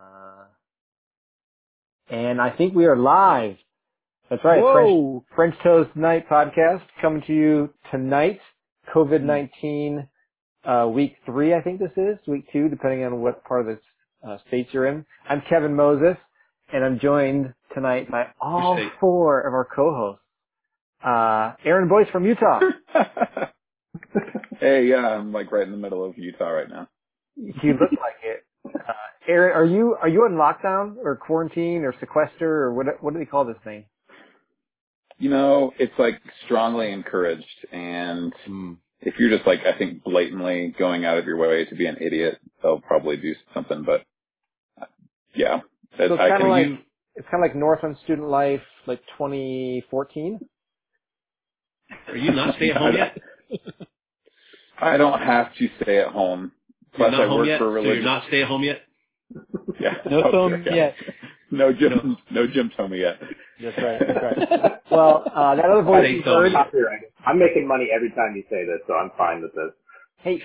Uh, and I think we are live. That's right. Whoa. French, French Toast Night podcast coming to you tonight. COVID-19, uh, week three, I think this is, week two, depending on what part of the uh, states you're in. I'm Kevin Moses, and I'm joined tonight by all state? four of our co-hosts. Uh, Aaron Boyce from Utah. hey, yeah, I'm like right in the middle of Utah right now. you look like it. Uh, Aaron, are you, are you on lockdown or quarantine or sequester or what, what do they call this thing? You know, it's like strongly encouraged, and Hmm. if you're just like, I think, blatantly going out of your way to be an idiot, they'll probably do something. But uh, yeah, So That- it's I kind can of like use- it's kind of like Northland Student Life, like 2014. Are you not stay at home yet? I don't have to stay at home. You're Plus, not I home work yet, for a so you're religious. not stay at home yet. yeah. No Okay, phone yeah. yet. No Jim. No, Jim told me yet. That's right. That's right. well, uh, that other voice They you told heard. me. Copyright. I'm making money every time you say this, so I'm fine with this. Hey,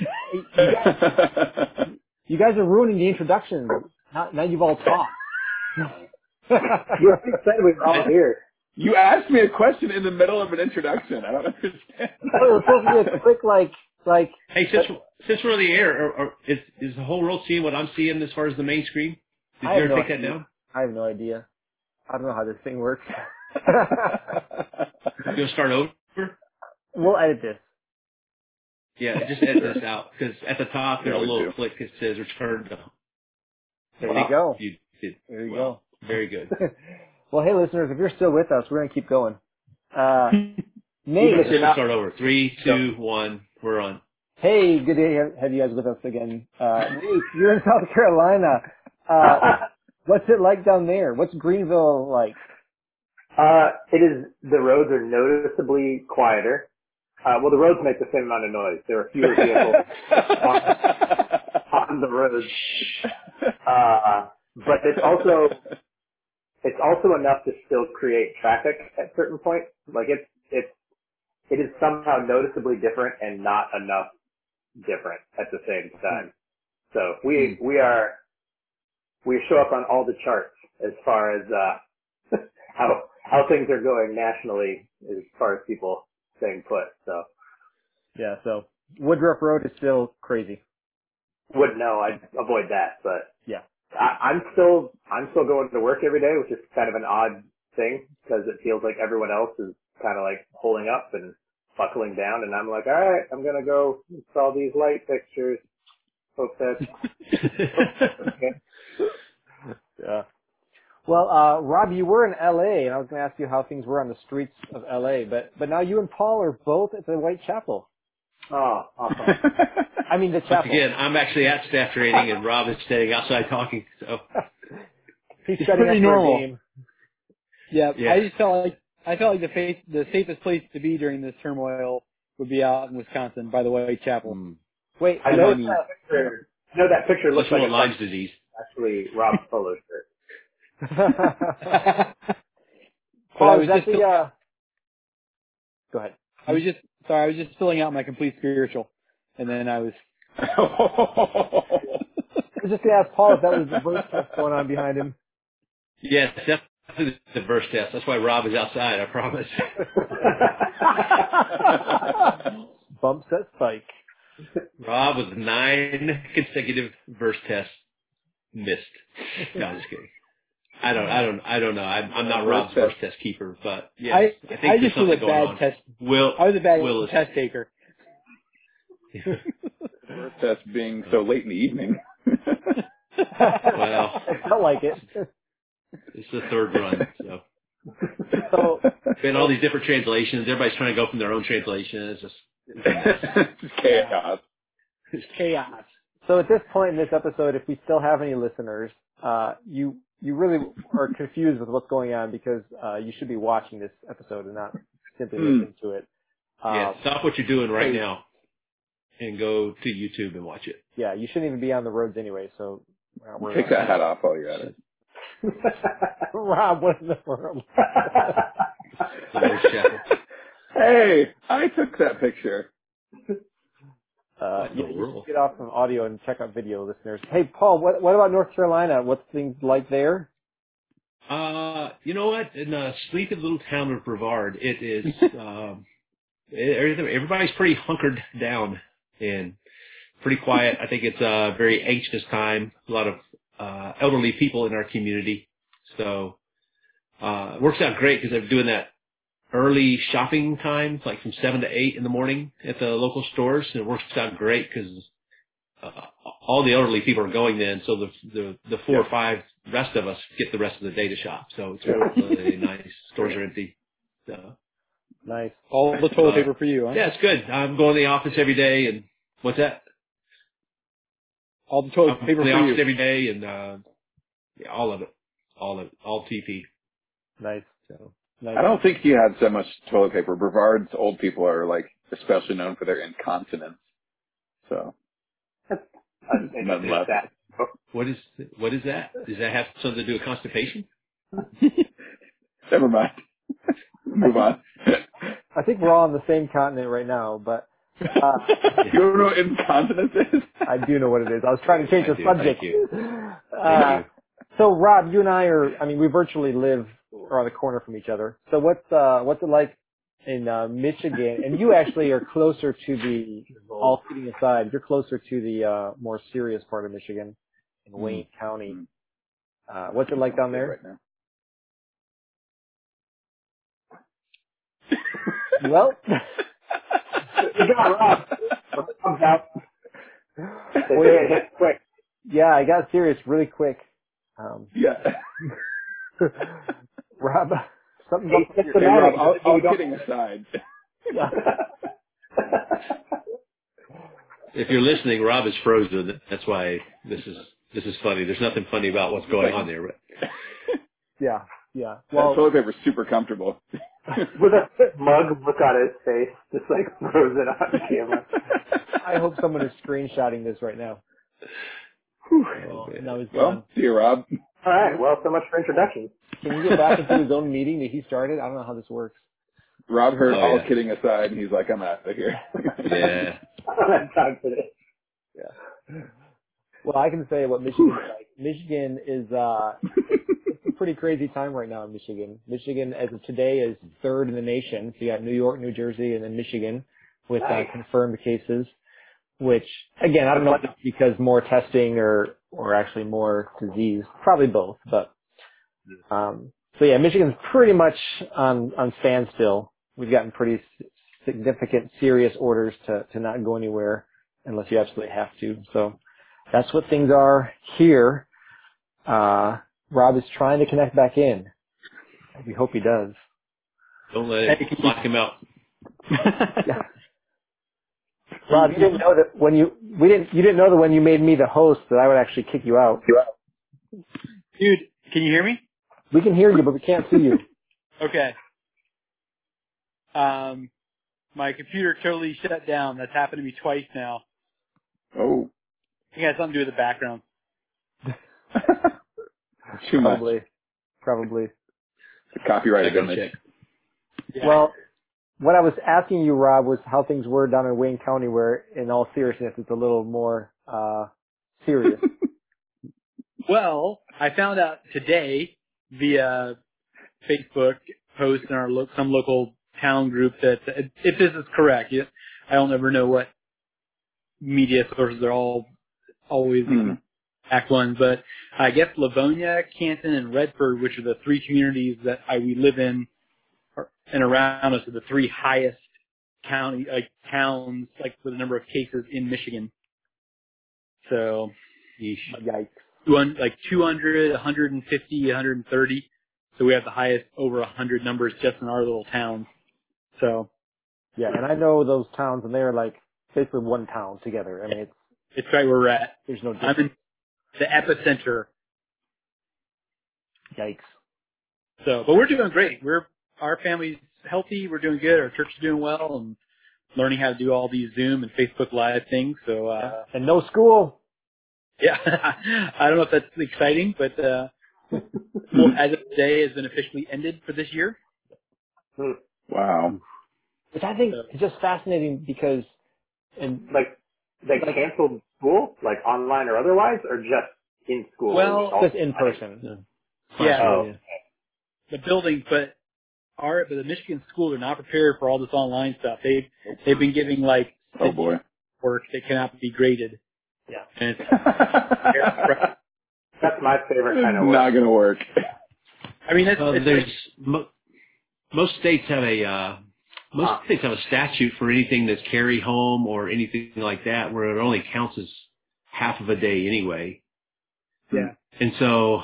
hey, you guys, you guys are ruining the introduction. Now, now you've all talked. You already said we were all here. you asked me a question in the middle of an introduction. I don't understand. Oh, it was supposed to be a quick, like, like Hey, since since we're on the air, are, are, is is the whole world seeing what I'm seeing as far as the main screen? Did I you have ever no take that idea. down? I have no idea. I don't know how this thing works. You'll start over. we'll edit this. Yeah, just edit this out because at the top there's Yeah, a we little do. click that says return to. There Wow, you Oh. go. You did There you well. very good. go. well, hey, listeners, if you're still with us, we're gonna keep going. Uh, Nate, Let's uh, just start over. Three, two, one. We're on. Hey, good to have you guys with us again. Uh, Nate, you're in South Carolina. Uh, what's it like down there? What's Greenville like? Uh, it is, the roads are noticeably quieter. Uh, well, the roads make the same amount of noise. There are fewer vehicles on the roads. Uh, but it's also, it's also enough to still create traffic at certain points. Like it's, it's, it is somehow noticeably different and not enough different at the same time. So we, we are, we show up on all the charts as far as, uh, how, how things are going nationally as far as people staying put. So Yeah, so Woodruff Road is still crazy. wouldn't know. I'd avoid that, but Yeah. I, I'm still, I'm still going to work every day, which is kind of an odd thing because it feels like everyone else is kind of like holding up and buckling down. And I'm like, all right, I'm going to go install these light fixtures. Hope that's Oh, Yeah. Well, uh, Rob, you were in LA, and I was going to ask you how things were on the streets of LA, but but now you and Paul are both at the Whitechapel. oh, awesome. I mean, the Once chapel. again, I'm actually at staff training, and Rob is standing outside talking. So He's It's setting up pretty for normal. a game. Yeah, Yeah. I just felt like I felt like the face, the safest place to be during this turmoil would be out in Wisconsin by the way, Chapel. Hmm. Wait, I And know I mean- that picture. I know that picture let's looks like roll Lyme's it's disease. actually Rob Polo's shirt. But I Paul, was is that just the? fill- Uh... Go ahead. I was just sorry, I was just filling out my complete spiritual, and then I was I was just going to ask Paul if that was the voice test going on behind him. Yeah, it's definitely the verse test. That's why Rob is outside, I promise. Bumps that spike. Rob with nine consecutive verse tests missed. No, I'm just kidding. I don't, I don't, I don't know. I'm, I'm not Verse Rob's test. verse test keeper, but yeah, Uh, I I think I there's just was something a going bad on. test. Will, I was a bad Will is, test taker. That's being so late in the evening. Well. it felt like it. it's the third run, so. So, Been all these different translations. Everybody's trying to go from their own translation. It's just, It's chaos. It's chaos. so at this point in this episode, if we still have any listeners, uh, you you really are confused with what's going on because uh, you should be watching this episode and not simply Hmm. listening to it. Um, Uh, yeah, stop what you're doing right now and go to YouTube and watch it. yeah, you shouldn't even be on the roads anyway. So uh, we're not worried Take about that hat off while you're at it. it. Rob, what in the world? The Lord's Chapel. hey, I took that picture. Uh, What you, in the you world? should get off from audio and check out video, listeners. Hey, Paul, what what about North Carolina? What's things like there? Uh, you know what? In a sleepy little town of Brevard, it is. um, everything- everybody's pretty hunkered down and pretty quiet. I think it's a very anxious time. A lot of uh, elderly people in our community, so uh, it works out great because I'm doing that early shopping time, like from seven to eight in the morning at the local stores, and it works out great because uh, all the elderly people are going then, so the the, the four or five rest of us get the rest of the day to shop. So it's really nice. Stores are empty. So Nice. All the toilet paper for you, huh? Uh, yeah, it's good. I'm going to the office every day, and what's that? All the toilet I'm Oh, paper in the for office you. every day, and uh, yeah, all of it, all of it, all TP. Nice. So Nice. I don't think you had so much toilet paper. Brevard's old people are like especially known for their incontinence. So And Nothing left. that- what is what is that? Does that have something to do with constipation? never mind. Move on. I think we're all on the same continent right now, but uh, you don't know what incontinence is? I do know what it is. I was trying to change I the do. subject. Thank you. Uh, Thank So Rob, you and I are, I mean, we virtually live around the corner from each other. So what's, uh, what's it like in, uh, Michigan? And you actually are closer to the, all kidding aside, you're closer to the, uh, more serious part of Michigan in Hmm. Wayne County. Mm. Uh, what's it like down there? Right now. Well, You got Rob. Rob's out. They Wait. did it quick. yeah, I got serious really quick. Um, Yeah. Rob, something's Hey, up with your- Hey Rob, Systematic. all, We all don't- kidding aside, If you're listening, Rob is frozen. That's why this is this is funny. There's nothing funny about what's going on there. But yeah, yeah. that Well, toilet paper's super comfortable. With a smug look on his face, just like frozen on camera. I hope someone is screenshotting this right now. Oh, man. Now he's gone. well, see you, Rob. All right. Well, so much for introductions. Can you get back into his own meeting that he started? I don't know how this works. Rob heard Oh, all yeah. kidding aside, and he's like, "I'm out of here." yeah, I don't have time for this. Well, I can say what Michigan's like. Michigan is uh, it's a pretty crazy time right now in Michigan. Michigan, as of today, is third in the nation. So you got New York, New Jersey, and then Michigan with Nice. uh, confirmed cases. Which again, I don't know if it's because more testing or or actually more disease, probably both. But um, so yeah, Michigan's pretty much on on standstill. We've gotten pretty s- significant, serious orders to to not go anywhere unless you absolutely have to. So that's what things are here. Uh, Rob is trying to connect back in. We hope he does. don't let it lock him out. Rob, you didn't know that when you we didn't you didn't know that when you made me the host that I would actually kick you out. Dude, can you hear me? We can hear you, but we can't see you. Okay. Um, my computer totally shut down. That's happened to me twice now. oh, I think it has something to do with the background. too much. Probably, probably. The copyrighted Background image. check. Yeah. Well, what I was asking you, Rob, was how things were down in Wayne County, where, in all seriousness, it's a little more uh serious. Well, I found out today via Facebook post in our lo- some local town group that if this is correct, you- I don't ever know what media sources are all always the Hmm. exact ones, but I guess Livonia, Canton, and Redford, which are the three communities that I we live in are- and around us, are the three highest county like towns like for the number of cases in Michigan. So Yeesh. Yikes! 200, like 200, 150, 130. So we have the highest over 100 numbers just in our little town. So Yeah, and I know those towns, and they're like basically one town together. I mean, it's it's right where we're at. there's no I'm difference. in the epicenter. Yikes! So, but we're doing great. We're, our family's healthy. We're doing good. Our church is doing well and learning how to do all these Zoom and Facebook Live things. So, uh, And no school. yeah, I don't know if that's exciting, but, uh, well, as of today has been officially ended for this year. Wow. Which I think is just fascinating because, and Like they canceled school, like online or otherwise, or just in school? Well, All- Just in person. Yeah, Oh, yeah. the building, but our but the Michigan schools are not prepared for all this online stuff. They they've been giving like Oh boy. work that cannot be graded. Yeah. And it's- Not that's my favorite kind of work. gonna work. I mean, it's, Uh, it's- there's mo- most states have a uh, most Ah. states have a statute for anything that's carry home or anything like that, where it only counts as half of a day anyway. Yeah. And so,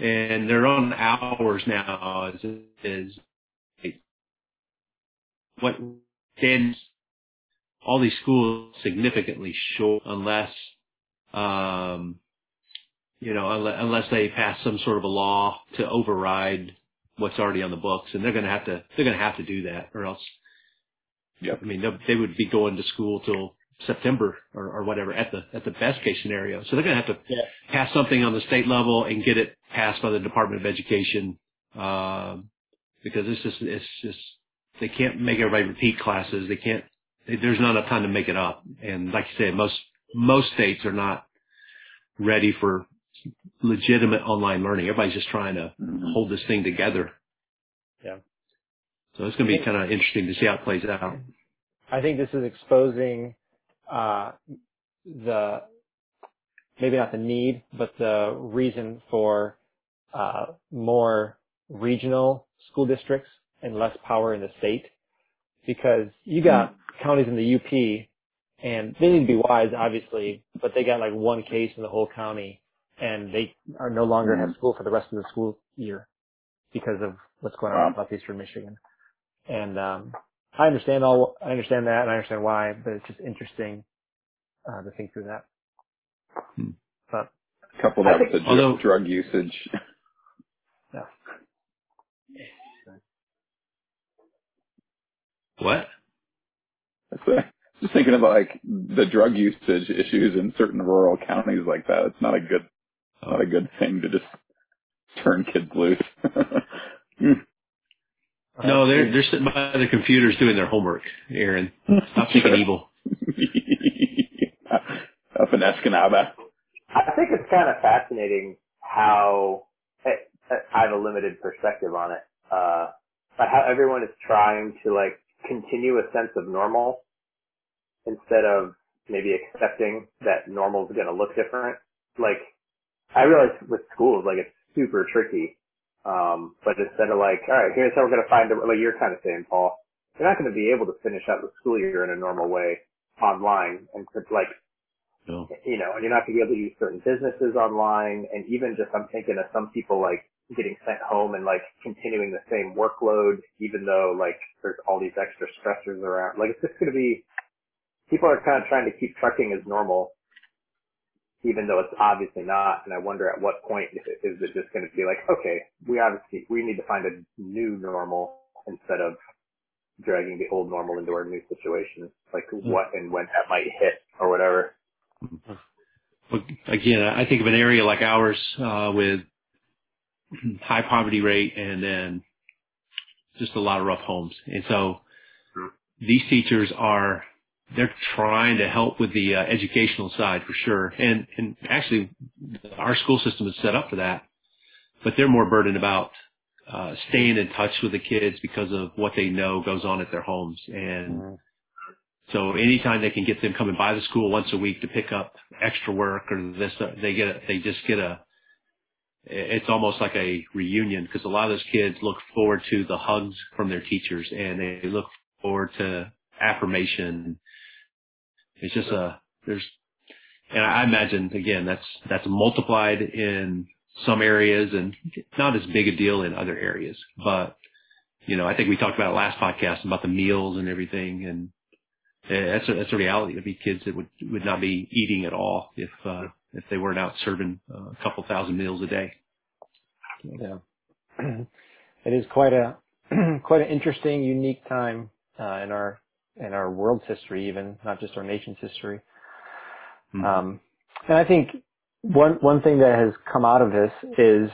and they're on hours now. Is is what stands all these schools significantly short unless um you know unless, unless they pass some sort of a law to override what's already on the books, and they're going to have to they're going to have to do that, or else. Yep. I mean, they- they would be going to school till September or, or whatever at the at the best case scenario. So they're going to have to Yeah. pass something on the state level and get it passed by the Department of Education um, because it's just it's just they can't make everybody repeat classes. They can't. They, there's not enough time to make it up. And like you said, most most states are not ready for legitimate online learning. Everybody's just trying to Mm-hmm. Mhm. hold this thing together. Yeah. So it's going to be kind of interesting to see how it plays out. I think this is exposing uh, the maybe not the need, but the reason for uh, more regional school districts and less power in the state, because you got counties in the UP, and they need to be wise, obviously, but they got like one case in the whole county, and they are no longer have school for the rest of the school year because of what's going on in southeastern Michigan, and um, I understand all. I understand that, and I understand why. But it's just interesting uh, to think through that. Couple that with the Although- dr- drug usage. What? That's a, just thinking about like the drug usage issues in certain rural counties like that. It's not a good not a good thing to just turn kids loose. No, they're they're sitting by their computers doing their homework. Aaron, stop thinking evil. Up in Escanaba. I think it's kind of fascinating how I I have a limited perspective on it, uh, but how everyone is trying to like continue a sense of normal instead of maybe accepting that normal is going to look different. Like I realize with schools, like it's super tricky. Um, but instead of like, all right, here's how we're going to find a, like you're kind of saying, Paul, you're not going to be able to finish out the school year in a normal way online and like No. you know, and you're not going to be able to use certain businesses online. And even just, I'm thinking of some people like getting sent home and like continuing the same workload, even though like there's all these extra stressors around. Like it's just going to be, people are kind of trying to keep trucking as normal, even though it's obviously not. And I wonder at what point is it, is it just going to be like, okay, we obviously, we need to find a new normal instead of dragging the old normal into our new situation. Like what and when that might hit or whatever. But again, I think of an area like ours uh, with high poverty rate and then just a lot of rough homes. And so these teachers are they're trying to help with the uh, educational side for sure. And and actually, our school system is set up for that, but they're more burdened about uh, staying in touch with the kids because of what they know goes on at their homes and. So anytime they can get them coming by the school once a week to pick up extra work or this, uh, they get a, they just get a. It's almost like a reunion because a lot of those kids look forward to the hugs from their teachers and they look forward to affirmation. It's just a there's, and I imagine again that's that's multiplied in some areas and not as big a deal in other areas. But you know, I think we talked about it last podcast about the meals and everything and yeah, that's a, that's a reality. There'd be kids that would would not be eating at all if uh, if they weren't out serving uh, a couple thousand meals a day. it is quite a quite an interesting, unique time uh, in our in our world's history, even not just our nation's history. Mhm. Um, and I think one one thing that has come out of this is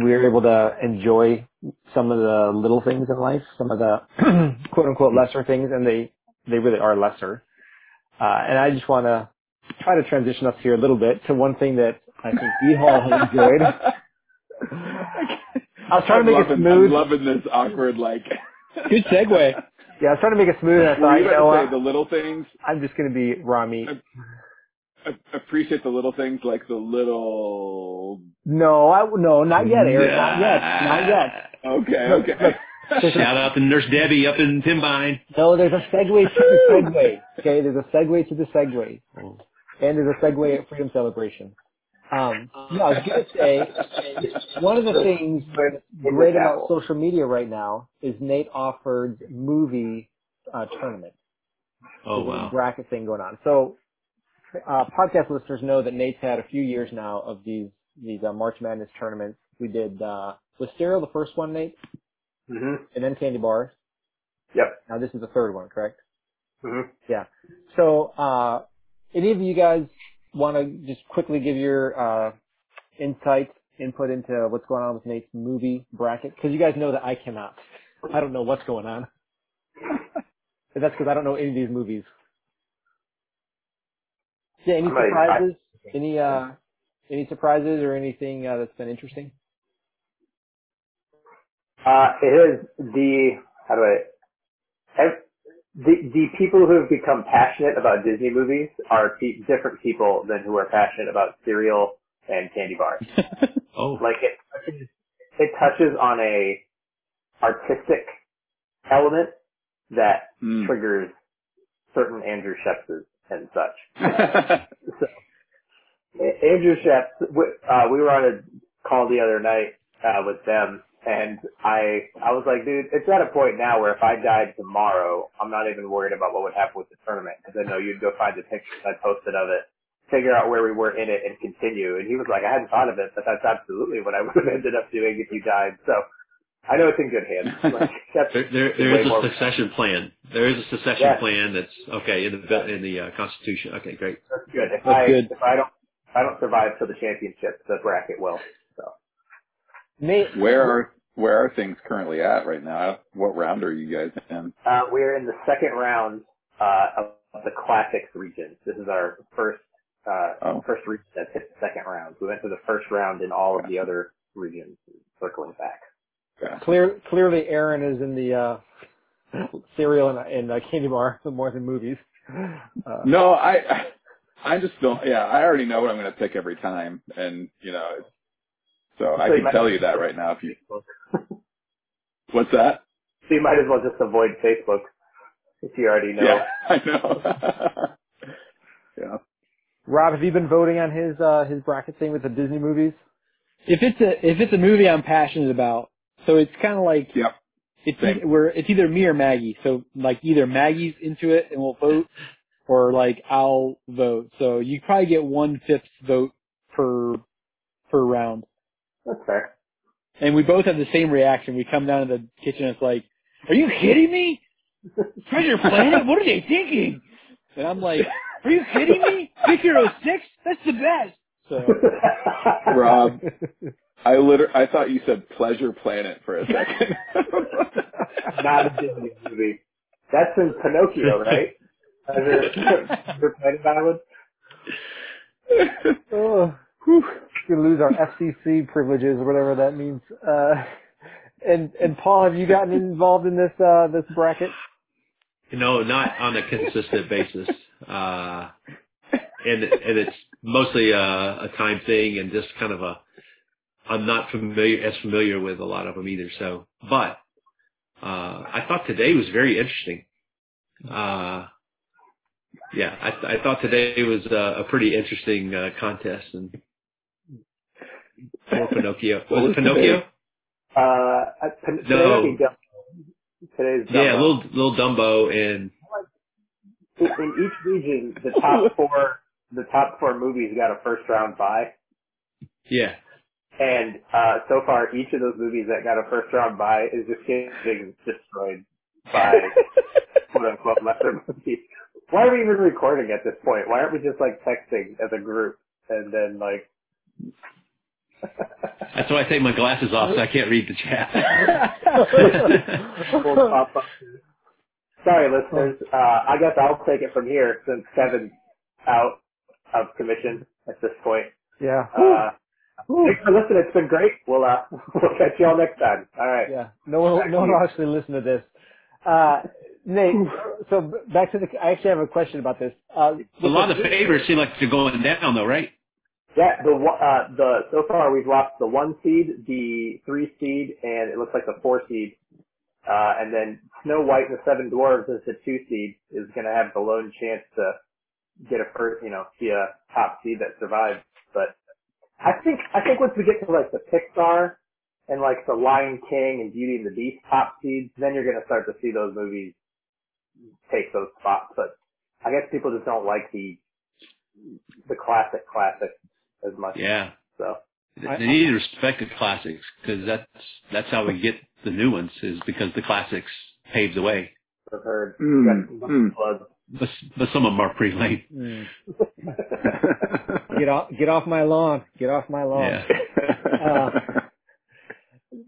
we are able to enjoy some of the little things in life, some of the quote unquote lesser things, and they they really are lesser. Uh, and I just want to try to transition us here a little bit to one thing that I think we all have enjoyed. I was trying to make I'm it loving- smooth. I'm loving this awkward like. Good segue. Yeah, I was trying to make it smooth, and I Were thought, you you know about to what? say the little things? I'm just going to be raw meat. A- appreciate the little things like the little. No, I no, not yet, Eric. Not yet. Not yet. Okay, Look, okay. Shout out to Nurse Debbie up in Timbine. No, there's a segue to the segue. Okay, there's a segue to the segue, Oh. and there's a segue at Freedom Celebration. Um, no, I was going to say one of the things that's great about social media right now is Nate Offord's movie uh, tournament. Oh There's a wow. bracket thing going on. So, uh, podcast listeners know that Nate's had a few years now of these these uh, March Madness tournaments. We did uh, was Stereo the first one, Nate, Mm-hmm. and then Candy Bars. Yep. Now this is the third one, correct? Mm-hmm. So, uh, any of you guys want to just quickly give your uh, insight, input into what's going on with Nate's movie bracket? Because you guys know that I cannot. I don't know what's going on. And that's because I don't know any of these movies. Yeah, any I'm not even- surprises? Any uh, any surprises or anything uh, that's been interesting? Uh, it is the how do I ev- the the people who have become passionate about Disney movies are pe- different people than who are passionate about cereal and candy bars. Oh. Like it touches it touches on a artistic element that Hmm. triggers certain Andrew Shepses and such. Andrew Sheps, we, uh, we were on a call the other night uh, with them, and I I was like, dude, it's at a point now where if I died tomorrow, I'm not even worried about what would happen with the tournament because I know you'd go find the pictures I posted of it, figure out where we were in it, and continue. And he was like, I hadn't thought of it, but that's absolutely what I would have ended up doing if you died. So I know it's in good hands. Like, that's There, there, there way is a more- succession plan. There is a succession Yes. plan that's okay in the in the uh, Constitution. Okay, great. that's good. If That's I good. if I don't if I don't survive to the championship, the bracket will. So. Nate, where are where are things currently at right now? What round are you guys in? Uh, we're in the second round uh, of of the classics region. This is our first uh, Oh. first region that's hit the second round. We went to the first round in all of the other regions, circling back. clear, clearly Aaron is in the uh, cereal and, and uh, candy bar more than movies. Uh, No, I, I I just don't. Yeah, I already know what I'm going to pick every time, and you know, it's- so I So you can might- tell you that right now. If you what's that? So you might as well just avoid Facebook if you already know. Yeah, I know. yeah. Rob, have you been voting on his uh, his bracket thing with the Disney movies? If it's a if it's a movie I'm passionate about, so it's kind of like Yep. it's Same. e- we're it's either me or Maggie. So like either Maggie's into it and we'll vote, or like I'll vote. So you probably get one fifth vote per per round, That's fair. and we both have the same reaction. We come down to the kitchen, and it's like, are you kidding me? Treasure Planet? What are they thinking? And I'm like, are you kidding me? Big Hero Six? That's the best. So. Rob, I liter- I thought you said Pleasure Planet for a second. Not a Disney movie. That's in Pinocchio, right? As a- your planet island? Oh, whew, we lose our FCC privileges, whatever that means. Uh, and and Paul, have you gotten involved in this uh, this bracket? No, not on a consistent basis. Uh, and and it's mostly a, a time thing and just kind of a. I'm not familiar as familiar with a lot of them either. So, but uh, I thought today was very interesting. Uh, yeah, I, I thought today was a, a pretty interesting uh, contest and for Pinocchio. What Was was it Pinocchio? Uh, Pin- No. today might be Dumbo. Today's Dumbo. Yeah, little little Dumbo and in in each region, the top four, the top four movies got a first round bye. yeah, And uh, so far, each of those movies that got a first round bye is just getting destroyed by quote unquote lesser movies. Why are we even recording at this point? Why aren't we just like texting as a group and then like? that's why I take my glasses off so I can't read the chat. we'll pop up. sorry, listeners. Uh, I guess I'll take it from here since Kevin's out of commission at this point. Yeah. Uh, thanks for listening. It's been great. We'll uh, we'll catch you all next time. All right. Yeah. No one, no one will actually listen to this. Uh, Nate, so b- back to the, I actually have a question about this. Uh, A lot of favors seem like they're going down though, right? Yeah, the wa- uh, the so far we've lost the one seed, the three seed, and it looks like the four seed. Uh, and then Snow White and the Seven Dwarves as the two seed is going to have the lone chance to get a first, you know, be a top seed that survives. But I think I think once we get to like the Pixar and like the Lion King and Beauty and the Beast top seeds, then you're going to start to see those movies take those spots. But I guess people just don't like the the classic classic as much. Yeah. So They I- they need to respect the classics because that's that's how we get the new ones is because the classics pave the way. I've heard Mm, mm. blood. But but some of them are pretty lame. Hmm. Uh, hmm. get off, get off my lawn. Get off my lawn. Yeah. Uh,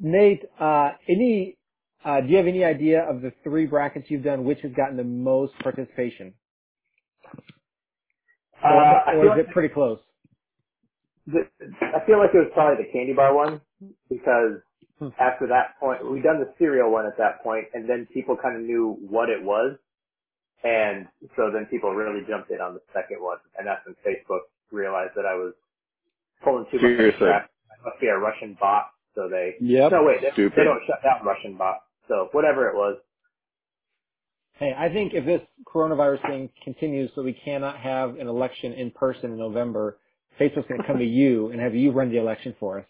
Nate, uh, any, uh, do you have any idea of the three brackets you've done, which has gotten the most participation? Uh, I, or feel or is like it pretty close? the, I feel like it was probably the candy bar one because Hmm. after that point, we done the cereal one at that point, and then people kind of knew what it was, and so then people really jumped in on the second one, and that's when Facebook realized that I was pulling too much of the Seriously. crap. I must be a Russian bot, so they Yep. no wait, they, they Stupid. don't shut down Russian bots, so whatever it was. Hey, I think if this coronavirus thing continues so we cannot have an election in person in November, Facebook's going to come to you and have you run the election for us.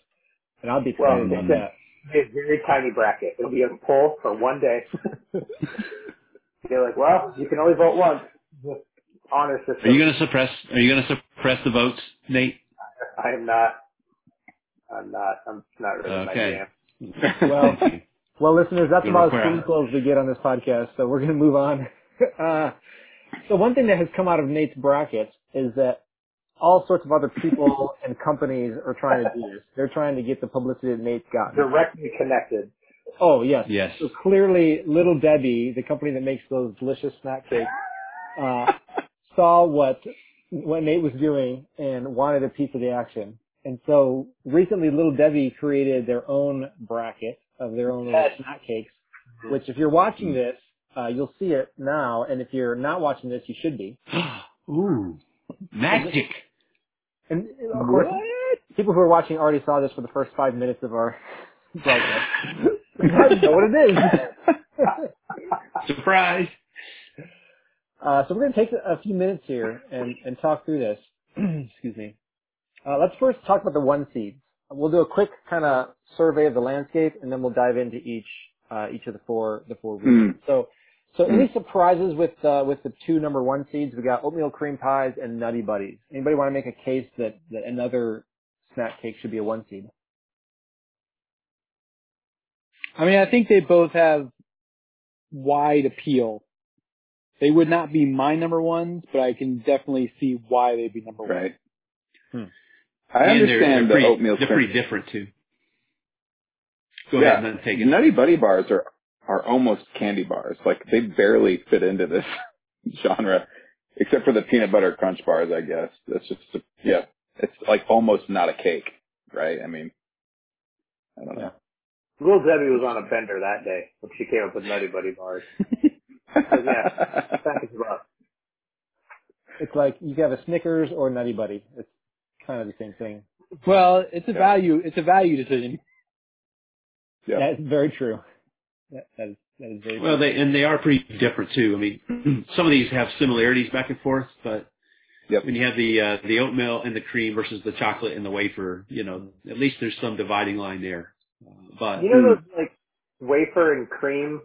And I'll be Well, excited about mm. that. It's a very tiny bracket. It'll be a poll for one day. They're like, well, you can only vote once. Just Honor Are system. you going to suppress? Are you going to suppress the votes, Nate? I am not. I'm not. I'm it's not really my Okay. jam. Well, Thank you. Well, listeners, that's Good about as requirement. political as we get on this podcast, so we're going to move on. Uh, so one thing that has come out of Nate's bracket is that all sorts of other people and companies are trying to do this. They're trying to get the publicity that Nate's gotten. Directly connected. Oh, yes. Yes. So clearly, Little Debbie, the company that makes those delicious snack cakes, uh, saw what what Nate was doing and wanted a piece of the action. And so recently, Little Debbie created their own bracket of their own little Yes. snack cakes. Which, if you're watching this, uh, you'll see it now, and if you're not watching this, you should be. Ooh, magic. And of course, people who are watching already saw this for the first five minutes of our broadcast. now you know what it is. Surprise. Uh, so we're going to take a few minutes here and, and talk through this. Excuse me. Uh, let's first talk about the one seeds. We'll do a quick kind of survey of the landscape, and then we'll dive into each uh, each of the four the Hmm. four regions. So, so any surprises with uh, with the two number one seeds? We got oatmeal cream pies and Nutty Buddies. Anybody want to make a case that, that another snack cake should be a one seed? I mean, I think they both have wide appeal. They would not be my number ones, but I can definitely see why they'd be number one. right. Hmm. I And they're- they're understand the pretty, oatmeal They're cream. pretty different too. Go Yeah. ahead and then take it. Nutty Buddy bars are are almost candy bars. Like they barely fit into this genre, except for the peanut butter crunch bars. I guess that's just a, yeah. It's like almost not a cake, right? I mean, I don't know. Little Debbie was on a bender that day when she came up with Nutty Buddy bars. Yeah. That is rough. It's like you could have a Snickers or a Nutty Buddy. It's kind of the same thing. Well, it's a Yeah. value. It's a value decision. Yeah. That is very true. That, that is that is very Well, they and they are pretty different too. I mean, some of these have similarities back and forth, but Yep. when you have the uh, the oatmeal and the cream versus the chocolate and the wafer, you know, at least there's some dividing line there. Uh, but You know those Hmm. like wafer and cream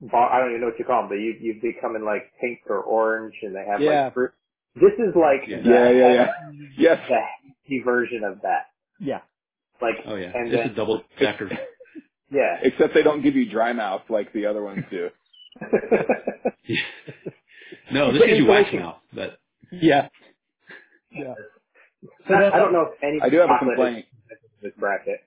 bar? I don't even know what you call them, but you you become in like pink or orange, and they have Yeah. like fruit. This is like Yeah. the Yeah, yeah, yeah. Yes. the hefty version of that. yeah. Like oh yeah, and it's then a double decker. yeah. Except they don't give you dry mouth like the other ones do. no, this But is you wax insulation- mouth, but Yeah. So that's- I don't know if any I do have a chocolate is complaint. in this bracket.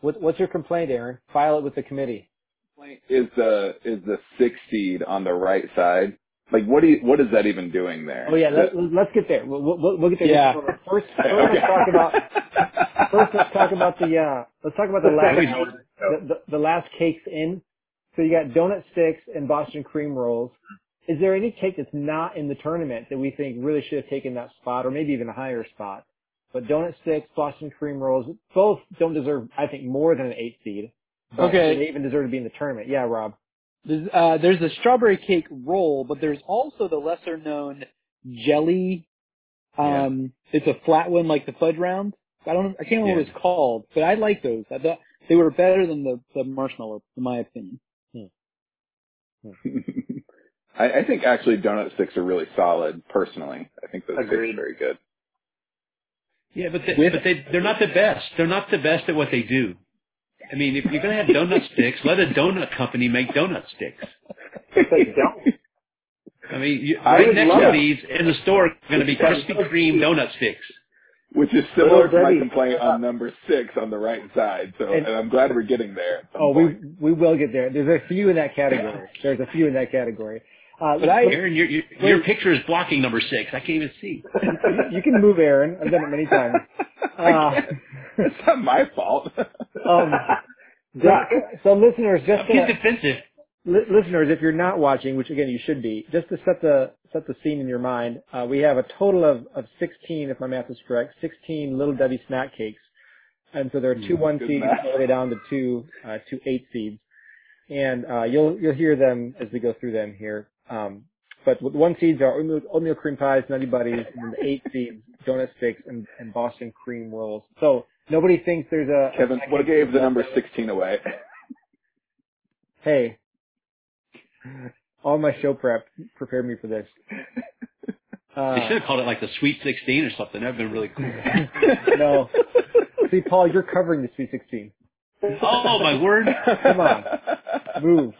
What, what's your complaint, Aaron? File it with the committee. point is the is the six seed on the right side? Like, what do you, what is that even doing there? Oh yeah, let, let's get there. We'll, we'll, we'll get there. Yeah. First, first let's talk about first let's talk about the uh, let's talk about the last the, the, the last cakes in. So you got donut sticks and Boston cream rolls. Is there any cake that's not in the tournament that we think really should have taken that spot, or maybe even a higher spot? But donut sticks, Boston cream rolls, both don't deserve, I think, more than an eight seed. But Okay. They even deserve to be in the tournament. Yeah, Rob. There's, uh, there's the strawberry cake roll, but there's also the lesser known jelly. Um, it's a flat one like the fudge round. I don't, I can't remember what it's called, but I like those. I thought they were better than the, the marshmallow, in my opinion. I, I think actually donut sticks are really solid. Personally, I think those sticks are Agreed. very good. Yeah, but they, but they they're not the best. They're not the best at what they do. I mean, if you're gonna have donut sticks, let a donut company make donut sticks. They don't. I mean, you, I right would next love to it. these in the store are gonna be Yeah. Krispy Kreme donut sticks. Which is similar Little to my Debbie. complaint on number six on the right side. So, And- and, I'm glad we're getting there. at some Oh, we point. we will get there. There's a few in that category. There's a few in that category. Uh, But I- Aaron, your your, your picture is blocking number six. I can't even see. you can move, Aaron. I've done it many times. I Uh, can't. It's not my fault. um, so, so listeners, just Get to, defensive. li- listeners, if you're not watching, which again you should be, just to set the set the scene in your mind, uh, we have a total of of 16, if my math is correct, 16 little Debbie snack cakes, and so there are two one Mm, good seeds math. all the way down to two uh, two eight seeds, and uh, you'll you'll hear them as we go through them here. Um, but the one seeds are oatmeal, oatmeal cream pies, nutty buddies, and the eight seeds, donut sticks, and, and Boston cream rolls. So nobody thinks there's a a Kevin, snack what cake gave the that's number left over. 16 away? Hey, all my show prep prepared me for this. They should Uh, have called it like the Sweet Sixteen or something. That'd been really cool. no. See, Paul, you're covering the Sweet 16. Oh my word! Come on. Move.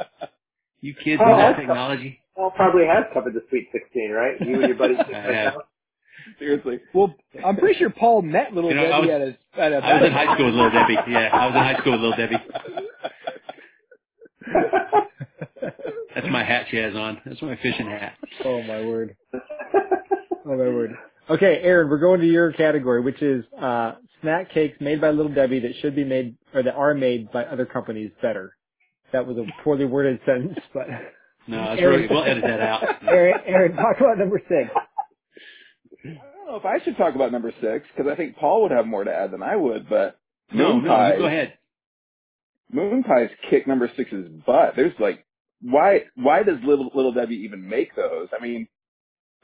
You kids Oh, and that that's- technology. Paul probably has covered the Sweet 16, right? You and your buddies. I have. Seriously. Well, I'm pretty sure Paul met Little You know, I Debbie was- at a, at a I was in high school with Little Debbie. Yeah, I was in high school with Little Debbie. That's my hat she has on. That's my fishing hat. Oh my word. Oh my word. Okay, Aaron, we're going to your category, which is uh, snack cakes made by Little Debbie that should be made or that are made by other companies better. That was a poorly worded sentence, but No, it's really, we'll edit that out. Aaron, Aaron, talk about number six. I don't know if I should talk about number six because I think Paul would have more to add than I would, but No, moon no, pies, you go ahead. moon pies kick number six's butt. There's like, why, why does little, little Debbie even make those? I mean,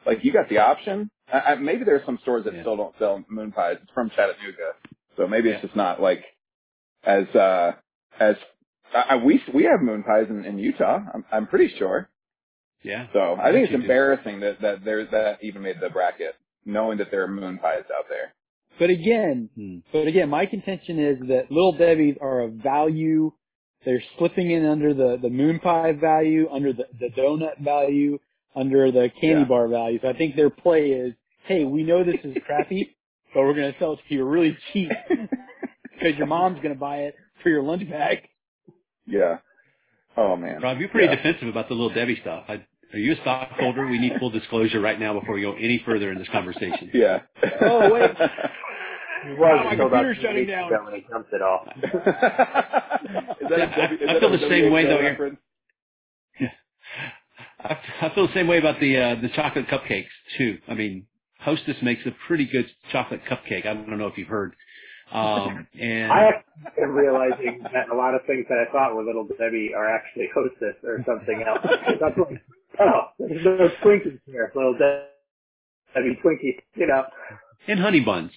like you got the option. I, I, maybe there's some stores that Yeah. still don't sell moon pies. It's from Chattanooga. So maybe Yeah. it's just not like as, uh, as, I, I, we, we have moon pies in, in Utah. I'm, I'm pretty sure. Yeah. So I think Yes, it's you do. embarrassing that that there's that even made the bracket, knowing that there are moon pies out there. But again, Hmm. but again, my contention is that little debbies are a value. They're slipping in under the the moon pie value, under the the donut value, under the candy Yeah. bar value. So I think their play is, hey, we know this is crappy, but we're going to sell it to you really cheap because your mom's going to buy it for your lunch bag. Yeah. Oh man. Rob, you're pretty Yeah. defensive about the little Debbie stuff. I, are you a stockholder? We need full disclosure right now before we go any further in this conversation. Yeah. Oh, wait. He Oh, my wasn't until about computer's two shutting weeks down. ago when he jumped it off. is that a W- is I that feel a the same way, WHO though, Aaron. reference? I, I feel the same way about the uh, the chocolate cupcakes too. I mean, Hostess makes a pretty good chocolate cupcake. I don't know if you've heard. Um, and I actually am realizing that a lot of things that I thought were Little Debbie are actually Hostess or something else. So I'm like, oh, there's no Twinkies here, Little Debbie Twinkies, you know. and honey buns.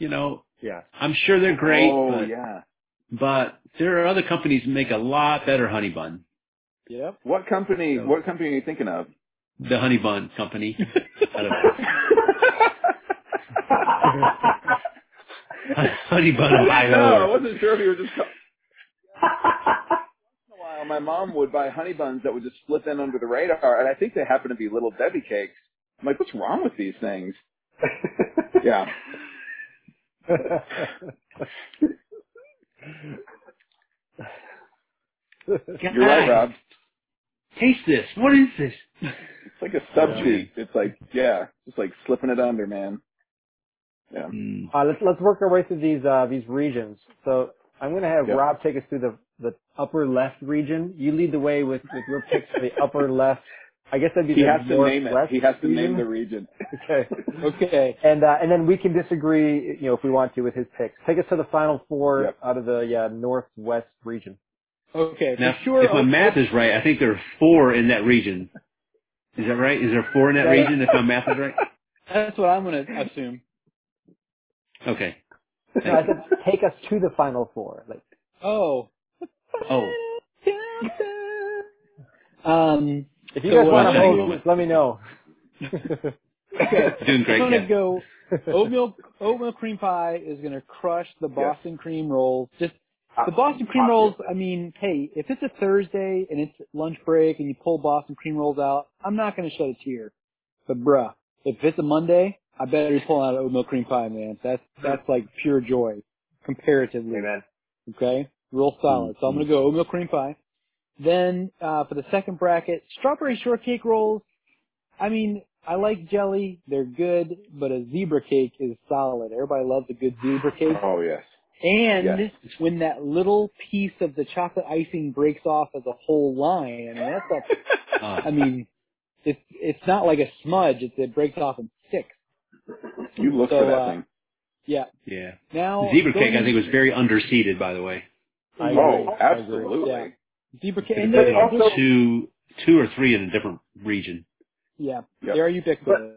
You know, Yeah. I'm sure they're great, Oh but, yeah. but there are other companies that make a lot better honey bun. Yep. What company? So- What company are you thinking of? The honey bun company. Out of- honey bun I didn't know. I Ohio. wasn't sure if you were just. a while, my mom would buy honey buns that would just slip in under the radar, and I think they happen to be little Debbie cakes. I'm like, what's wrong with these things? Yeah. You're right, Rob. Taste this. What is this? It's like a substitute. It's like yeah, just like slipping it under, man. Yeah. Mm. Uh, let's let's work our way through these uh, these regions. So I'm going to have Yeah. Rob take us through the the upper left region. You lead the way with, with your picks for the upper left. I guess that'd be He the has to name it. northwest He has to name the region. region. Okay, Okay. and uh, and then we can disagree, you know, if we want to with his picks. Take us to the final four Yep. out of the yeah, northwest region. Okay. Now, for sure. if my math is right, I think there are four in that region. Is that right? Is there four in that region? If my math is right. That's what I'm going to assume. Okay. No, I said take us to the final four. Like Oh. Oh. Um, if you So guys what- want One to second, host, moment. let me know. Doing I'm great. going to Ken. go oatmeal, oatmeal cream pie is going to crush the Boston cream rolls. Just Uh, the Boston cream rolls. I mean, hey, if it's a Thursday and it's lunch break and you pull Boston cream rolls out, I'm not going to shed a tear. But bruh, if it's a Monday, I better be pulling out an oatmeal cream pie, man. That's that's like pure joy, comparatively. Amen. Okay, real solid. So I'm gonna go oatmeal cream pie. Then uh, for the second bracket, strawberry shortcake rolls. I mean, I like jelly; they're good, but a zebra cake is solid. Everybody loves a good zebra cake. Oh yes. And Yes. when that little piece of the chocolate icing breaks off as a whole line, I mean, that's a, Uh, I mean, it's it's not like a smudge; it's, it breaks off in sticks. You look So, for that uh, thing. Yeah. yeah. Now Zebra going cake, I think, was very underseeded, by the way. I agree. Oh, I agree. absolutely. Yeah. zebra cake, There's and they're, been they're- two, two or three in a different region. yeah, Yep. they're ubiquitous.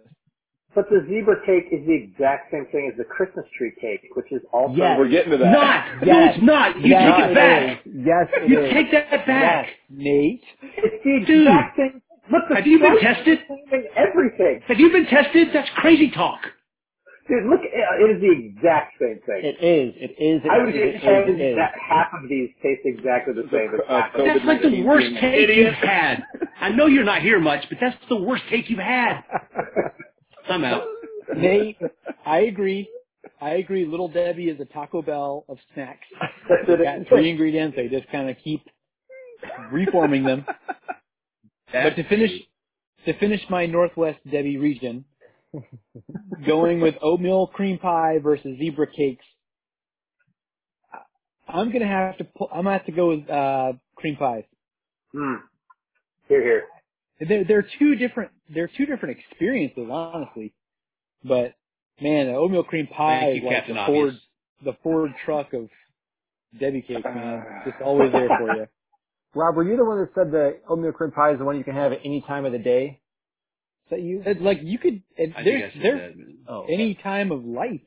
But the zebra cake is the exact same thing as the Christmas tree cake, which is also Yes. We're getting to that. Not! No, Yes. it's not! You Yes, take it back! is. Yes, it You is. take that back! Nate. it's the Dude. exact same. Look, the Have you been stripes are tested? the same in everything. Have you been tested? That's crazy talk! Dude, look, it is the exact same thing. It is. It is. It I is. would It is. contend It is. that half of these taste exactly the same as uh, half of COVID That's like the 19 worst being an take idiot. you've had. I know you're not here much, but that's the worst take you've had. I'm out. Nate, I agree. I agree. Little Debbie is a Taco Bell of snacks. They got three ingredients. They just kind of keep reforming them. But to finish, to finish my Northwest Debbie region, going with oatmeal cream pie versus zebra cakes. I'm gonna have to. Pull, I'm gonna have to go with uh, cream pies. Hmm. Here, here. They're they're two different. They're two different experiences, honestly. But man, the oatmeal cream pie Thank is you, like Captain the Ford Obvious. the Ford truck of Debbie cakes, man. Just always there for you. Rob, were you the one that said the oatmeal cream pie is the one you can have at any time of the day? Is that you? It's like you could. It, I think I there's said there's that. man. Oh, any time of life.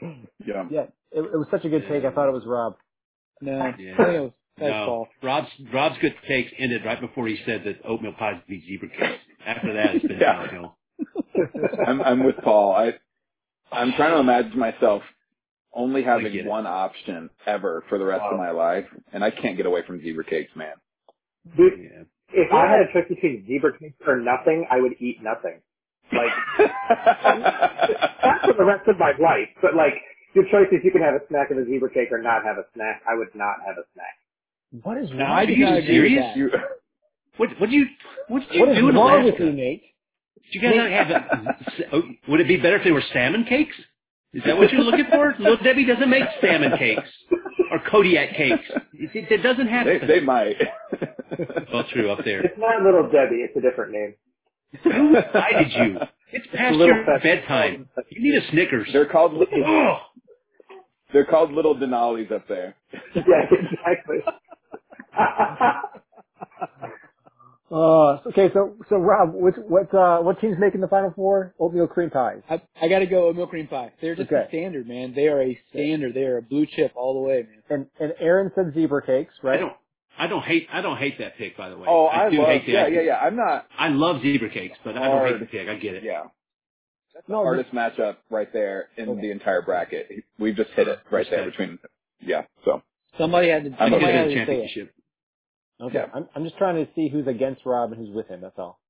Yeah. yeah. It, it was such a good take. I thought it was Rob. No, Yeah. I think it was- that's No, false. Rob's Rob's good takes ended right before he said that oatmeal pies be zebra cakes. After that, it's been Yeah. downhill. I'm, I'm with Paul. I, I'm trying to imagine myself only I get having it. one option ever for the rest Wow. of my life, and I can't get away from zebra cakes, man. Dude, Yeah. if I had a choice between zebra cake or nothing, I would eat nothing. Like, that's for the rest of my life. But like, your choice is you can have a snack of a zebra cake or not have a snack. I would not have a snack. What is No, wrong? I Are do you not agree serious? with that. you, What what do you what did you what is do in wrong Alaska? with you, Nate? Did you guys not have? A, oh, would it be better if they were salmon cakes? Is that what you're looking for? Little Debbie doesn't make salmon cakes or Kodiak cakes. It, it- it doesn't happen. they, they might. well, true up there. It's not Little Debbie. It's a different name. Who invited you? It's past Little your Fest- bedtime. um, You need a Snickers. They're called little, Oh, they're called little Denali's up there. yeah, exactly. Uh, okay, so so Rob, which, what uh, what team's making the final four? Oatmeal cream pies. I, I gotta go oatmeal cream pie. They're just Okay. a standard, man. They are a standard. They are a blue chip all the way, man. And and Aaron said zebra cakes, I right? don't. I don't hate. I don't hate that pick. By the way. Oh, I, do love. hate the yeah, idea. yeah, yeah. I'm not. I love zebra cakes, but I don't hate the pick. I get it. Yeah. No, hardest matchup right there in Oh, Okay. the entire bracket. We've just hit it right there Respect. between. Yeah. So. Somebody had to. I I don't get Somebody know. it. had to say it. Championship. okay. yeah. I'm I'm just trying to see who's against Rob and who's with him. That's all.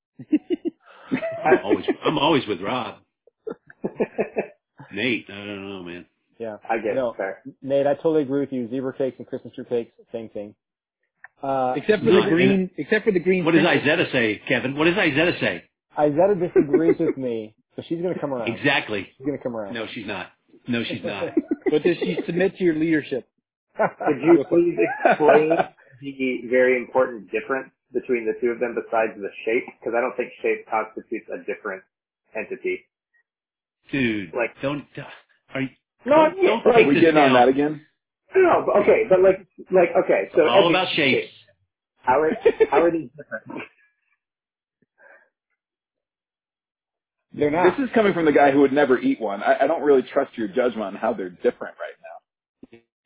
I'm always. I'm always with Rob. Nate. I don't know, man. Yeah. I get No. it. Fair. Nate, I totally agree with you. Zebra cakes and Christmas tree cakes, same thing. Uh, Except for the Not- green, except for the green. What does fence. Izetta say, Kevin? What does Izetta say? Izetta disagrees with me, so she's going to come around. Exactly. She's going to come around. No, she's not. No, she's not. But does she submit to your leadership? Could you please explain the very important difference between the two of them besides the shape? Because I don't think shape constitutes a different entity. Dude, Like- don't. Are you, Not don't, don't yet. Are take we this getting on that down. again? No, but- okay, but like, like, okay, so All every- about shapes. How are, how are these different? They're not. This is coming from the guy who would never eat one. I, I don't really trust your judgment on how they're different right now.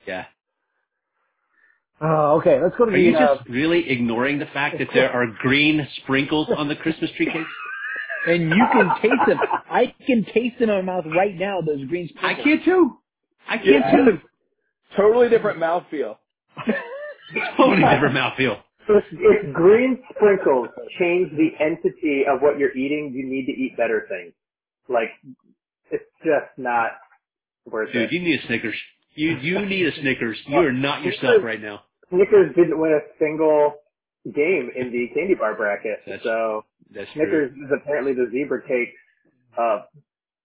Yeah. Oh, okay. Let's go to Are you the uh, just really ignoring the fact that there are green sprinkles on the Christmas tree cake? And you can taste them. I can taste them in my mouth right now. Those green. I sprinkles. can't too. I can't Yeah. too. Totally different mouthfeel. Totally different mouthfeel. So if, if green sprinkles change the entity of what you're eating, you need to eat better things. Like, it's just not worth Dude, it. you need a Snickers. You you need a Snickers. You are not yourself right now. Snickers didn't win a single game in the candy bar bracket, That's so That's true. Snickers is apparently the zebra cake. Uh,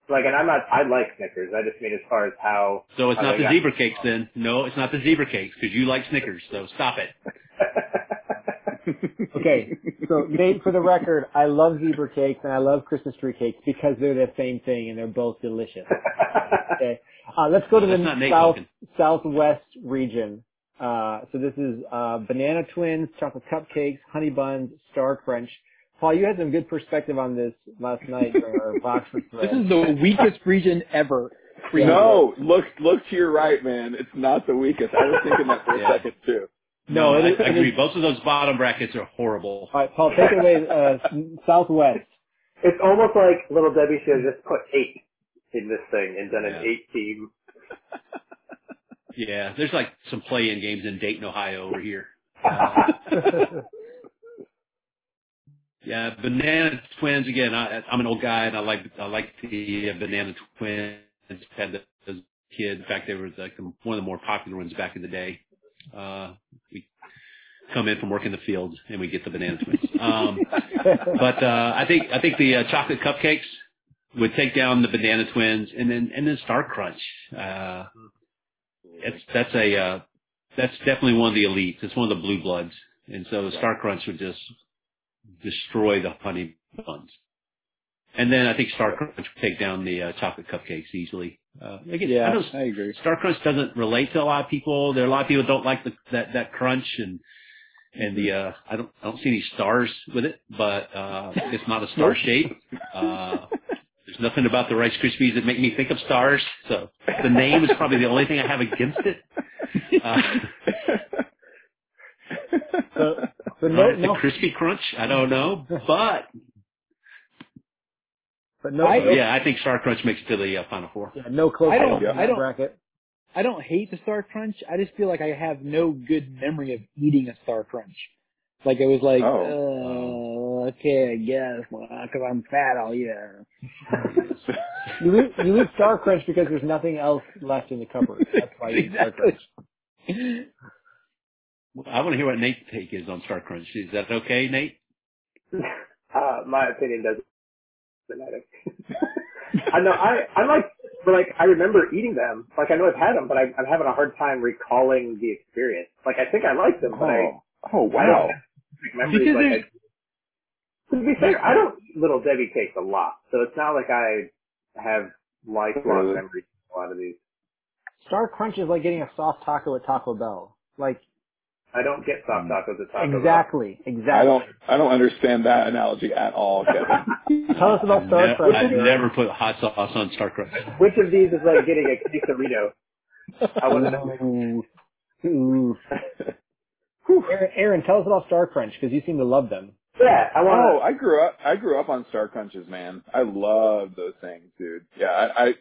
like, and I'm not, I like Snickers. I just mean as far as how. So it's how Oh, not they the got- zebra cakes then. No, it's not the zebra cakes because you like Snickers. So stop it. okay. So Nate, for the record, I love zebra cakes and I love Christmas tree cakes because they're the same thing and they're both delicious. Okay. Uh, let's go to That's the not Nate south talking. southwest region. Uh, so this is uh, banana twins, chocolate cupcakes, honey buns, star crunch. Paul, you had some good perspective on this last night during our box This is the weakest region ever. created. No, look look to your right, man. It's not the weakest. I was thinking that for a Yeah. second too. No, it I, is- I it agree. is- Both of those bottom brackets are horrible. All right, Paul, take it away. Uh, southwest. It's almost like Little Debbie should have just put eight in this thing and done an Yeah. eight team. Yeah, there's like some play-in games in Dayton, Ohio, over here. Yeah, Banana Twins again. I, I'm an old guy, and I like I like the uh, Banana Twins. Had the, those kids. In fact, they were like the, one of the more popular ones back in the day. Uh, we come in from work in the fields, and we get the Banana Twins. Um, but uh, I think I think the uh, chocolate cupcakes would take down the Banana Twins, and then and then Star Crunch. Uh, it's that's a uh, that's definitely one of the elites. It's one of the blue bloods, and so the Star Crunch would just destroy the honey buns. And then I think Star Crunch would take down the uh, chocolate cupcakes easily. Uh, again, I Yeah, know I agree. Star Crunch doesn't relate to a lot of people. There are a lot of people who don't like the, that that crunch and and the uh, I don't I don't see any stars with it, but uh, it's not a star shape. Uh, there's nothing about the Rice Krispies that make me think of stars, so the name is probably the only thing I have against it. Uh, So, so no, right, it's no, a crispy crunch. I don't know, but but no, I- yeah, I think Star Crunch makes it to the uh, Final Four. yeah, no close I don't- in I that don't- bracket. I don't hate the Star Crunch. I just feel like I have no good memory of eating a Star Crunch. Like it was like, Oh. uh, okay, I guess, well, cause I'm fat all year. You leave, you leave Star Crunch because there's nothing else left in the cupboard. That's why you leave Star Exactly. Crunch. I want to hear what Nate's take is on Star Crunch. Is that okay, Nate? Uh, my opinion doesn't matter. I know I I like but like I remember eating them. Like I know I've had them, but I, I'm having a hard time recalling the experience. Like I think I like them, but I oh, oh I don't wow. have specific memories Because like I, to be fair, I don't eat little Debbie cakes a lot, so it's not like I have lifelong Really? memories of a lot of these. Star Crunch is like getting a soft taco at Taco Bell. Like I don't get soft tacos at Taco Bell. exactly, exactly. I don't I don't understand that analogy at all, Kevin. Tell us about Star Ne- Crunch. I'd Eric. never put hot sauce on Star Crunch. Which of these is like getting a quesarito? I want to know. Ooh. Ooh. Aaron, Aaron, tell us about Star Crunch because you seem to love them. Yeah, I want to. Oh, I grew up. I grew up on Star Crunches, man. I love those things, dude. Yeah, I,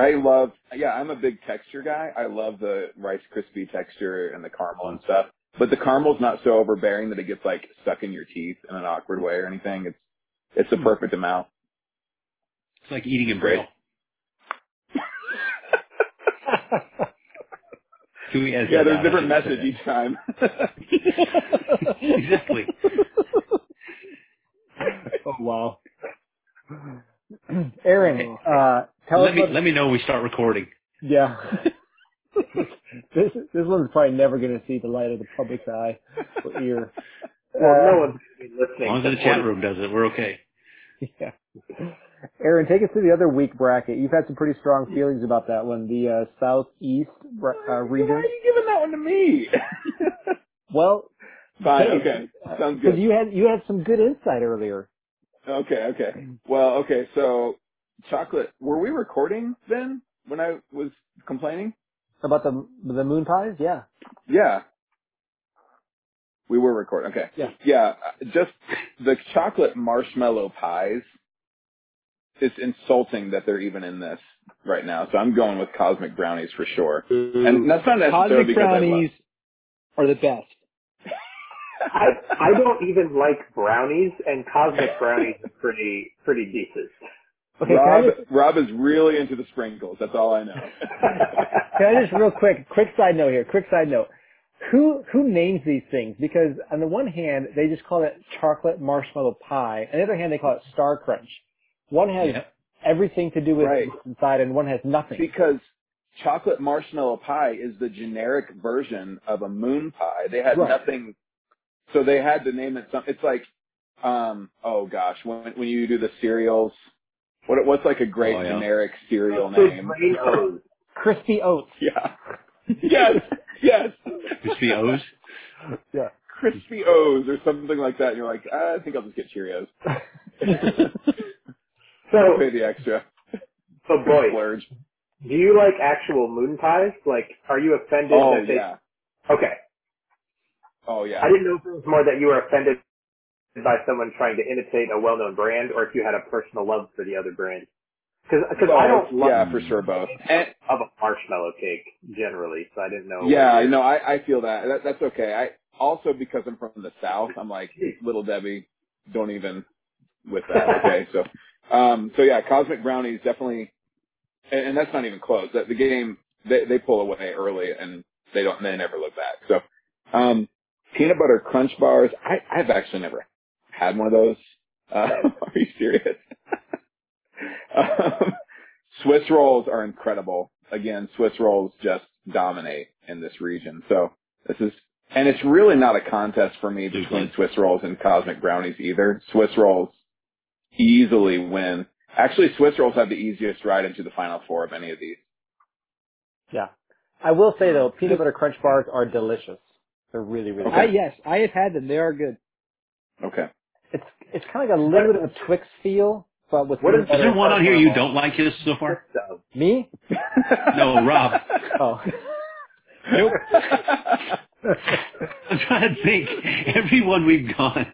I, I love. Yeah, I'm a big texture guy. I love the Rice Krispie texture and the caramel and stuff. But the caramel's not so overbearing that it gets like stuck in your teeth in an awkward way or anything. It's it's the Hmm. perfect amount. It's like eating in braille. Can we edit Yeah, that there's out? a different I shouldn't message each time. say that. exactly. Oh wow. Aaron, uh, tell let us me about- let me know when we start recording. yeah. this this one's probably never going to see the light of the public's eye or ear. Well, Uh, no um, one's gonna be As listening. long as the to chat one. room does it, we're okay. Yeah. Aaron, take us to the other weak bracket. You've had some pretty strong feelings about that one, the uh, southeast bra- uh, Why are region. you giving that one to me? Well, Fine. Hey. Okay. because Sounds good. Uh, you had you had some good insight earlier. Okay. Okay. Mm. Well. Okay. So, chocolate. Were we recording then when I was complaining? About the the moon pies, yeah. Yeah. We were recording. Okay. Yeah. Yeah. uh, Just the chocolate marshmallow pies. It's insulting that they're even in this right now. So I'm going with cosmic brownies for sure. And that's not necessarily Cosmic because I love. brownies are the best. I, I don't even like brownies, and cosmic brownies are pretty pretty decent. Okay, Rob, can I just Rob is really into the sprinkles. That's all I know. can I just real quick, quick side note here, quick side note. Who who names these things? Because on the one hand, they just call it chocolate marshmallow pie. On the other hand, they call it star crunch. One has Yeah. everything to do with Right. what's inside, and one has nothing. because chocolate marshmallow pie is the generic version of a moon pie. They had Right. nothing, so they had to name it something. It's like, um, oh gosh, when when you do the cereals, what what's like a great Oh, yeah. generic cereal Good name? brain O's. Crispy oats. Yeah. yes. Yes. Crispy O's. Yeah. Crispy O's or something like that. And you're like, "Ah, I think I'll just get Cheerios. I'll So, pay the extra. so boy, Splurge. do you like actual moon pies? Like, are you offended Oh that they? yeah. Okay, Oh yeah. I didn't know if it was more that you were offended by someone trying to imitate a well-known brand, or if you had a personal love for the other brand. Because I don't Both. love Oh, Yeah, for sure both. And, of a marshmallow cake generally, so I didn't know. Yeah, whether- no, I, I feel that. that. That's okay. I also because I'm from the South, I'm like little Debbie. Don't even with that. Okay, so um, so yeah, Cosmic Brownies definitely, and, and that's not even close. That the game they they pull away early and they don't they never look back. So um, peanut butter crunch bars. I I've actually never had one of those. Uh, are you serious? um, Swiss rolls are incredible. Again, Swiss rolls just dominate in this region. So this is, and it's really not a contest for me between Mhm. Swiss rolls and cosmic brownies either. Swiss rolls easily win. Actually, Swiss rolls have the easiest ride into the final four of any of these. Yeah. I will say though, peanut butter crunch bars are delicious. They're really, really Okay. I, good. yes, I have had them. They are good. Okay. It's it's kind of like a little bit of a Twix feel, but with What peanut is- Is butter there and one on here you marshmallow. don't like his so far? So, Me? No, Rob. Oh. Nope. I'm trying to think. Everyone we've gone,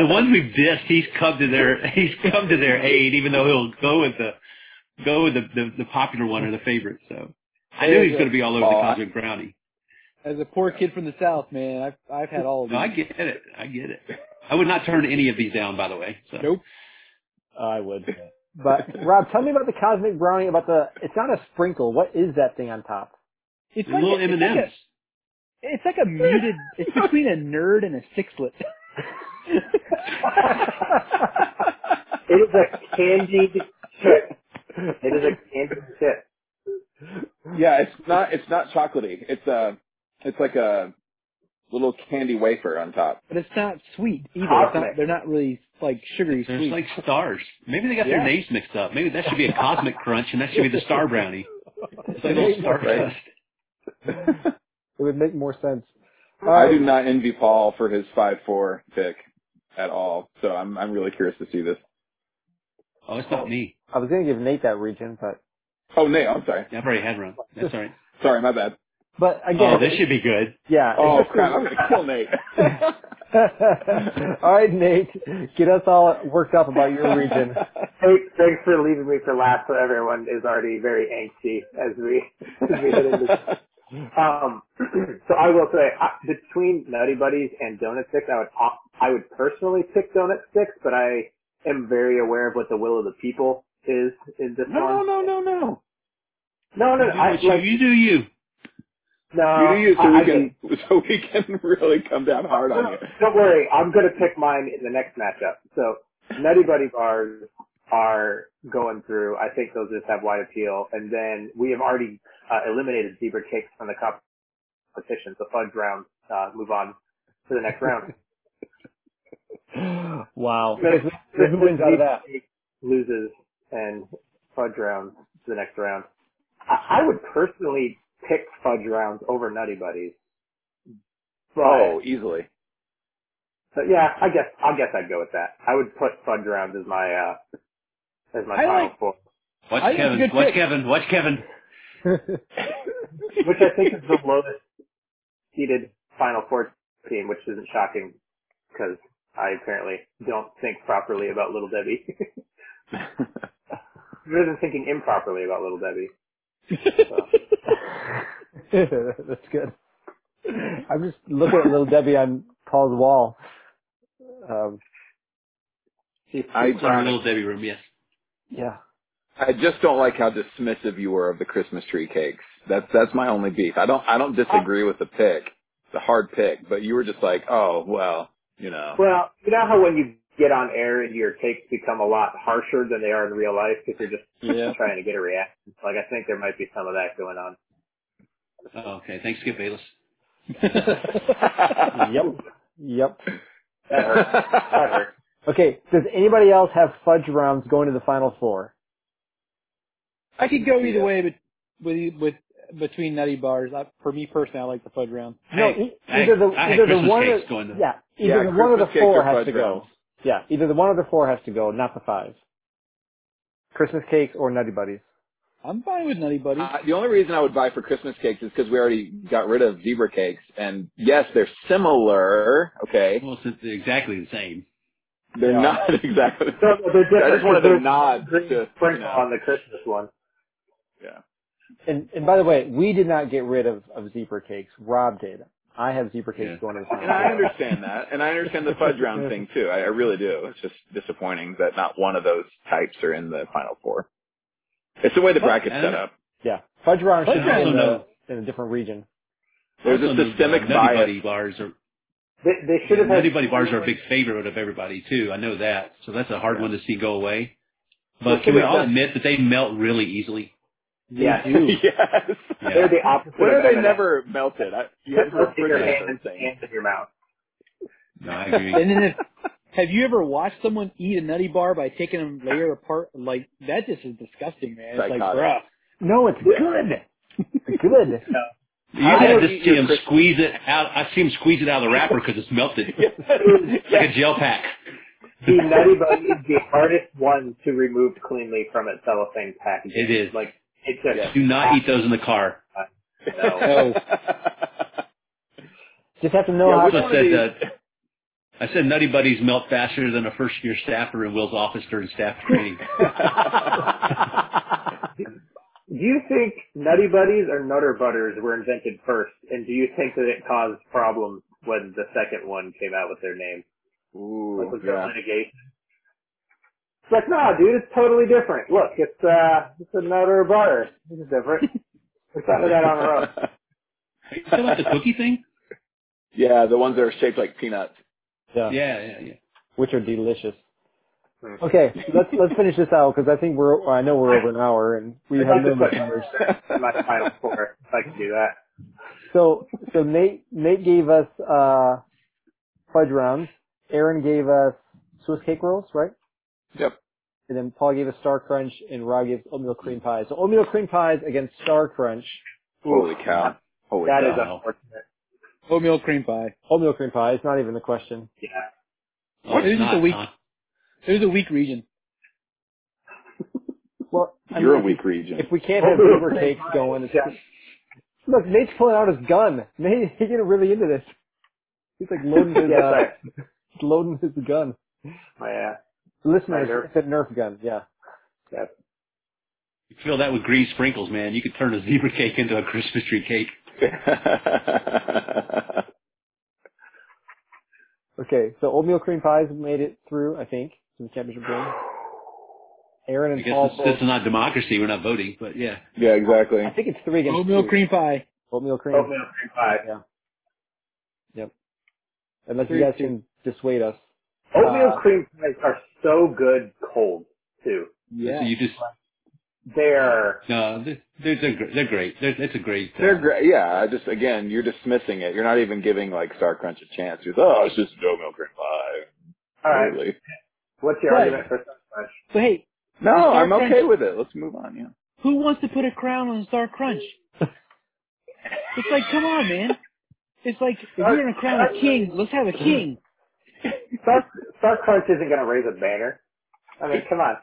the ones we've dissed, he's come to their he's come to their aid, even though he'll go with the go with the the, the popular one or the favorite. So I knew he was going to be all over the Aw. cosmic brownie. As a poor kid from the South, man, I've I've had all of No, I these. get it. I get it. I would not turn any of these down, by the way. So Nope. I would. But Rob, tell me about the cosmic brownie. About the it's not a sprinkle. What is that thing on top? It's like, little a, it's, M and like M's. a, it's like a muted. It's between a nerd and a sixlet. it is a candied chip. It is a candied chip. Yeah, it's not it's not chocolatey. It's a it's like a little candy wafer on top. But it's not sweet either. It's not, Cosmic. they're not really like sugary There's sweet. like stars. Maybe they got their Yeah. names mixed up. Maybe that should be a cosmic crunch, and that should be the star brownie. It's like a little star Right. crust. It would make more sense. Uh, I do not envy Paul for his five four pick at all. So I'm I'm really curious to see this. Oh, it's not me. I was going to give Nate that region, but Oh Nate, I'm sorry. I've already had one. That's all right. Sorry, my bad. but again, Oh, this should be good. yeah. it's Oh just- crap, I'm gonna kill Nate. all right, Nate, get us all worked up about your region. Hey, thanks for leaving me for last. So everyone is already very angsty as we as we hit into. Um, so I will say I, between Nutty Buddies and Donut Sticks, I would op- I would personally pick Donut Sticks, but I am very aware of what the will of the people is in this no, one. no, no, no. No, no, no. You do I, what you, like, you do you. No, You do you so Uh, I- we I can so we can really come down hard on you. Don't worry, I'm going to pick mine in the next matchup. So Nutty Buddy bars are going through. I think those just have wide appeal. And then we have already uh, eliminated zebra cakes from the competition. So fudge round, uh, move on to the next round. wow. So who wins out of that? Cake Loses and fudge round to the next round. I, I would personally pick fudge rounds over Nutty Buddies. But- Oh, easily. So yeah, I guess I guess I'd go with that. I would put Fudge Round as my uh as my I final like- four, Watch I think it's a Kevin. good Watch pick. Kevin. Watch Kevin. which I think is the lowest seeded final four team, which isn't shocking because I apparently don't think properly about Little Debbie. Rather than thinking improperly about Little Debbie. That's good. I'm just looking at little Debbie on Paul's wall. Um, She's I It's our little Debbie room. Yes. yeah. I just don't like how dismissive you were of the Christmas tree cakes. That's that's my only beef. I don't I don't disagree with the pick, the hard pick, but you were just like, oh well, you Oh. know. Well, you know how when you get on air and your takes become a lot harsher than they are in real life because you're just Yeah. trying to get a reaction. Like I think there might be some of that going on. Oh, okay. Thanks, Skip Bayless. Yep. Yep. That hurt. That hurt. Okay. Does anybody else have fudge rounds going to the final four? I could go either Yeah. way, but with with between nutty bars, I, for me personally, I like the fudge round. No, I, e- I, either the I had either the Christmas one or cakes going to. yeah, either yeah, the one or the Christmas cakes four or has fudge to rounds. go. Yeah, either the one or the four has to go, not the five. Christmas cakes or Nutty Buddies. I'm fine with nutty buddies. Uh, the only reason I would buy for Christmas cakes is because we already got rid of zebra cakes, and yes, they're similar. Okay, Almost exactly the same. they're Yeah. not exactly. So they're different. I just wanted to There's nod green to, you sprinkle know. on the Christmas one. Yeah. And and by the way, we did not get rid of, of zebra cakes. Rob did. I have zebra cakes Yeah. going to the And I final four. understand that, and I understand the fudge round thing too. I, I really do. It's just disappointing that not one of those types are in the final four. It's the way the bracket's set up. Yeah, fudge round should Fudge be rounds in, are the, in a different region. There's Also a known as, systemic uh, Nutty bias. Buddy bars are They, they should have had Nutty Buddy bars are a big favorite of everybody too. I know that, so that's a hard Yeah. one to see go away. Well, But can we should have all done- admit that they melt really easily? Yeah, yes. Yeah. they're the opposite. When of are they M&Ms. never melted? I, you have to Put both in your refrigerate hand those and things. hands in your mouth. No, I agree. And then if have you ever watched someone eat a nutty bar by taking them layer apart? Like that just is disgusting, man. It's like, Psychotic. bruh. No, it's Yeah. good. Good. You I would just eat see your them Christmas- squeeze it out. I see them squeeze it out of the wrapper because it's melted, Yes. like a gel pack. The Nutty Buddy is the hardest one to remove cleanly from its cellophane package. It is. Like, it's just, Yeah. Do not eat those in the car. No. Just have to know Yeah, how. which I one said of that. these- I said Nutty Buddies melt faster than a first year staffer in Will's office during staff training. do you think Nutty Buddies or Nutter Butters were invented first? And do you think that it caused problems when the second one came out with their name? Like, Ooh, was there yeah. litigation? It's like, nah, dude, it's totally different. Look, it's, uh, it's a Nutter Butter. It's different. We're of that on our own. Are you talking about the cookie thing? yeah, the ones that are shaped like peanuts. Yeah. Yeah, yeah, yeah. which are delicious. Hmm. Okay, let's let's finish this out because I think we're I know we're over an hour and we I'd have like no to put- listeners. my final four. If I can do that. So so Nate Nate gave us uh fudge rounds. Aaron gave us Swiss cake rolls, right? Yep. And then Paul gave us Star Crunch and Rob gave us oatmeal cream pies. So oatmeal cream pies against Star Crunch. Holy cow. Holy That cow. is Wow. unfortunate. Oatmeal cream pie. Oatmeal cream pie, it's not even a question. Yeah. Oh, It was it's just a not, week- huh? It was a weak region. Well, I You're a mean, weak region. if we can't have Oatmeal zebra cream cakes pie, going, it's yeah. Look, Nate's pulling out his gun. Nate, he's getting really into this. He's like loading his, Yeah, uh, sorry. he's loading his gun. My, uh, Listeners, My Nerf. it's a Nerf gun, yeah. yeah. You fill that with green sprinkles, man. You could turn a zebra cake into a Christmas tree cake. Okay, so oatmeal cream pies made it through, I think, to the championship game. Aaron I and guess Paul this, both. this is not democracy. We're not voting, but yeah. yeah, exactly. I think it's three against Oatmeal two. cream pie. Oatmeal cream. Oatmeal cream pie. Unless Three, you guys can dissuade us. Oatmeal Uh, cream pies are so good cold too. So you just They're no, they're they're, gr- they're great. They're, it's a great. uh, They're great. Yeah, I just again, you're dismissing it. You're not even giving like Star Crunch a chance. You're oh, it's just no milk cream pie. all right. Totally. What's your Right. argument for so much? So hey, No, Star I'm okay Crunch- with it. Let's move on. Yeah. who wants to put a crown on Star Crunch? it's like, come on, man. It's like Uh, if you're gonna crown a king, let's have a king. Star, Star Crunch isn't going to raise a banner. I mean, come on.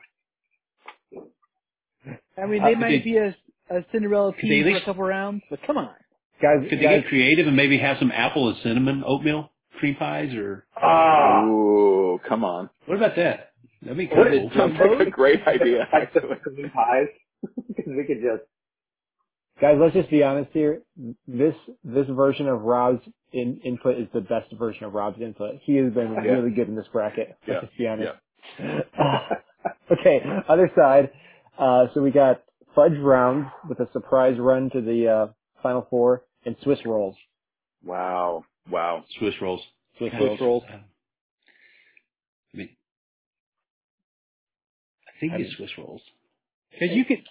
I mean, Uh, they could might they- be a, a Cinderella they pea at for a least- couple rounds, but come on. guys, Could they guys, get creative and maybe have some apple and cinnamon oatmeal cream pies or Ah, Ooh, come on. what about that? That'd be kind What of is cool. Sounds like a great idea. like the Actually. cream pies. 'Cause we could just guys, let's just be honest here. This this version of Rob's in, input is the best version of Rob's input. He has been Yeah. really good in this bracket. Yeah. Let's just be honest. okay, other side. Uh, so we got fudge rounds with a surprise run to the uh, final four and Swiss rolls. Wow. Wow. Swiss rolls. Swiss Yeah. rolls. Uh, I mean, I think I it's Swiss rolls. Because you could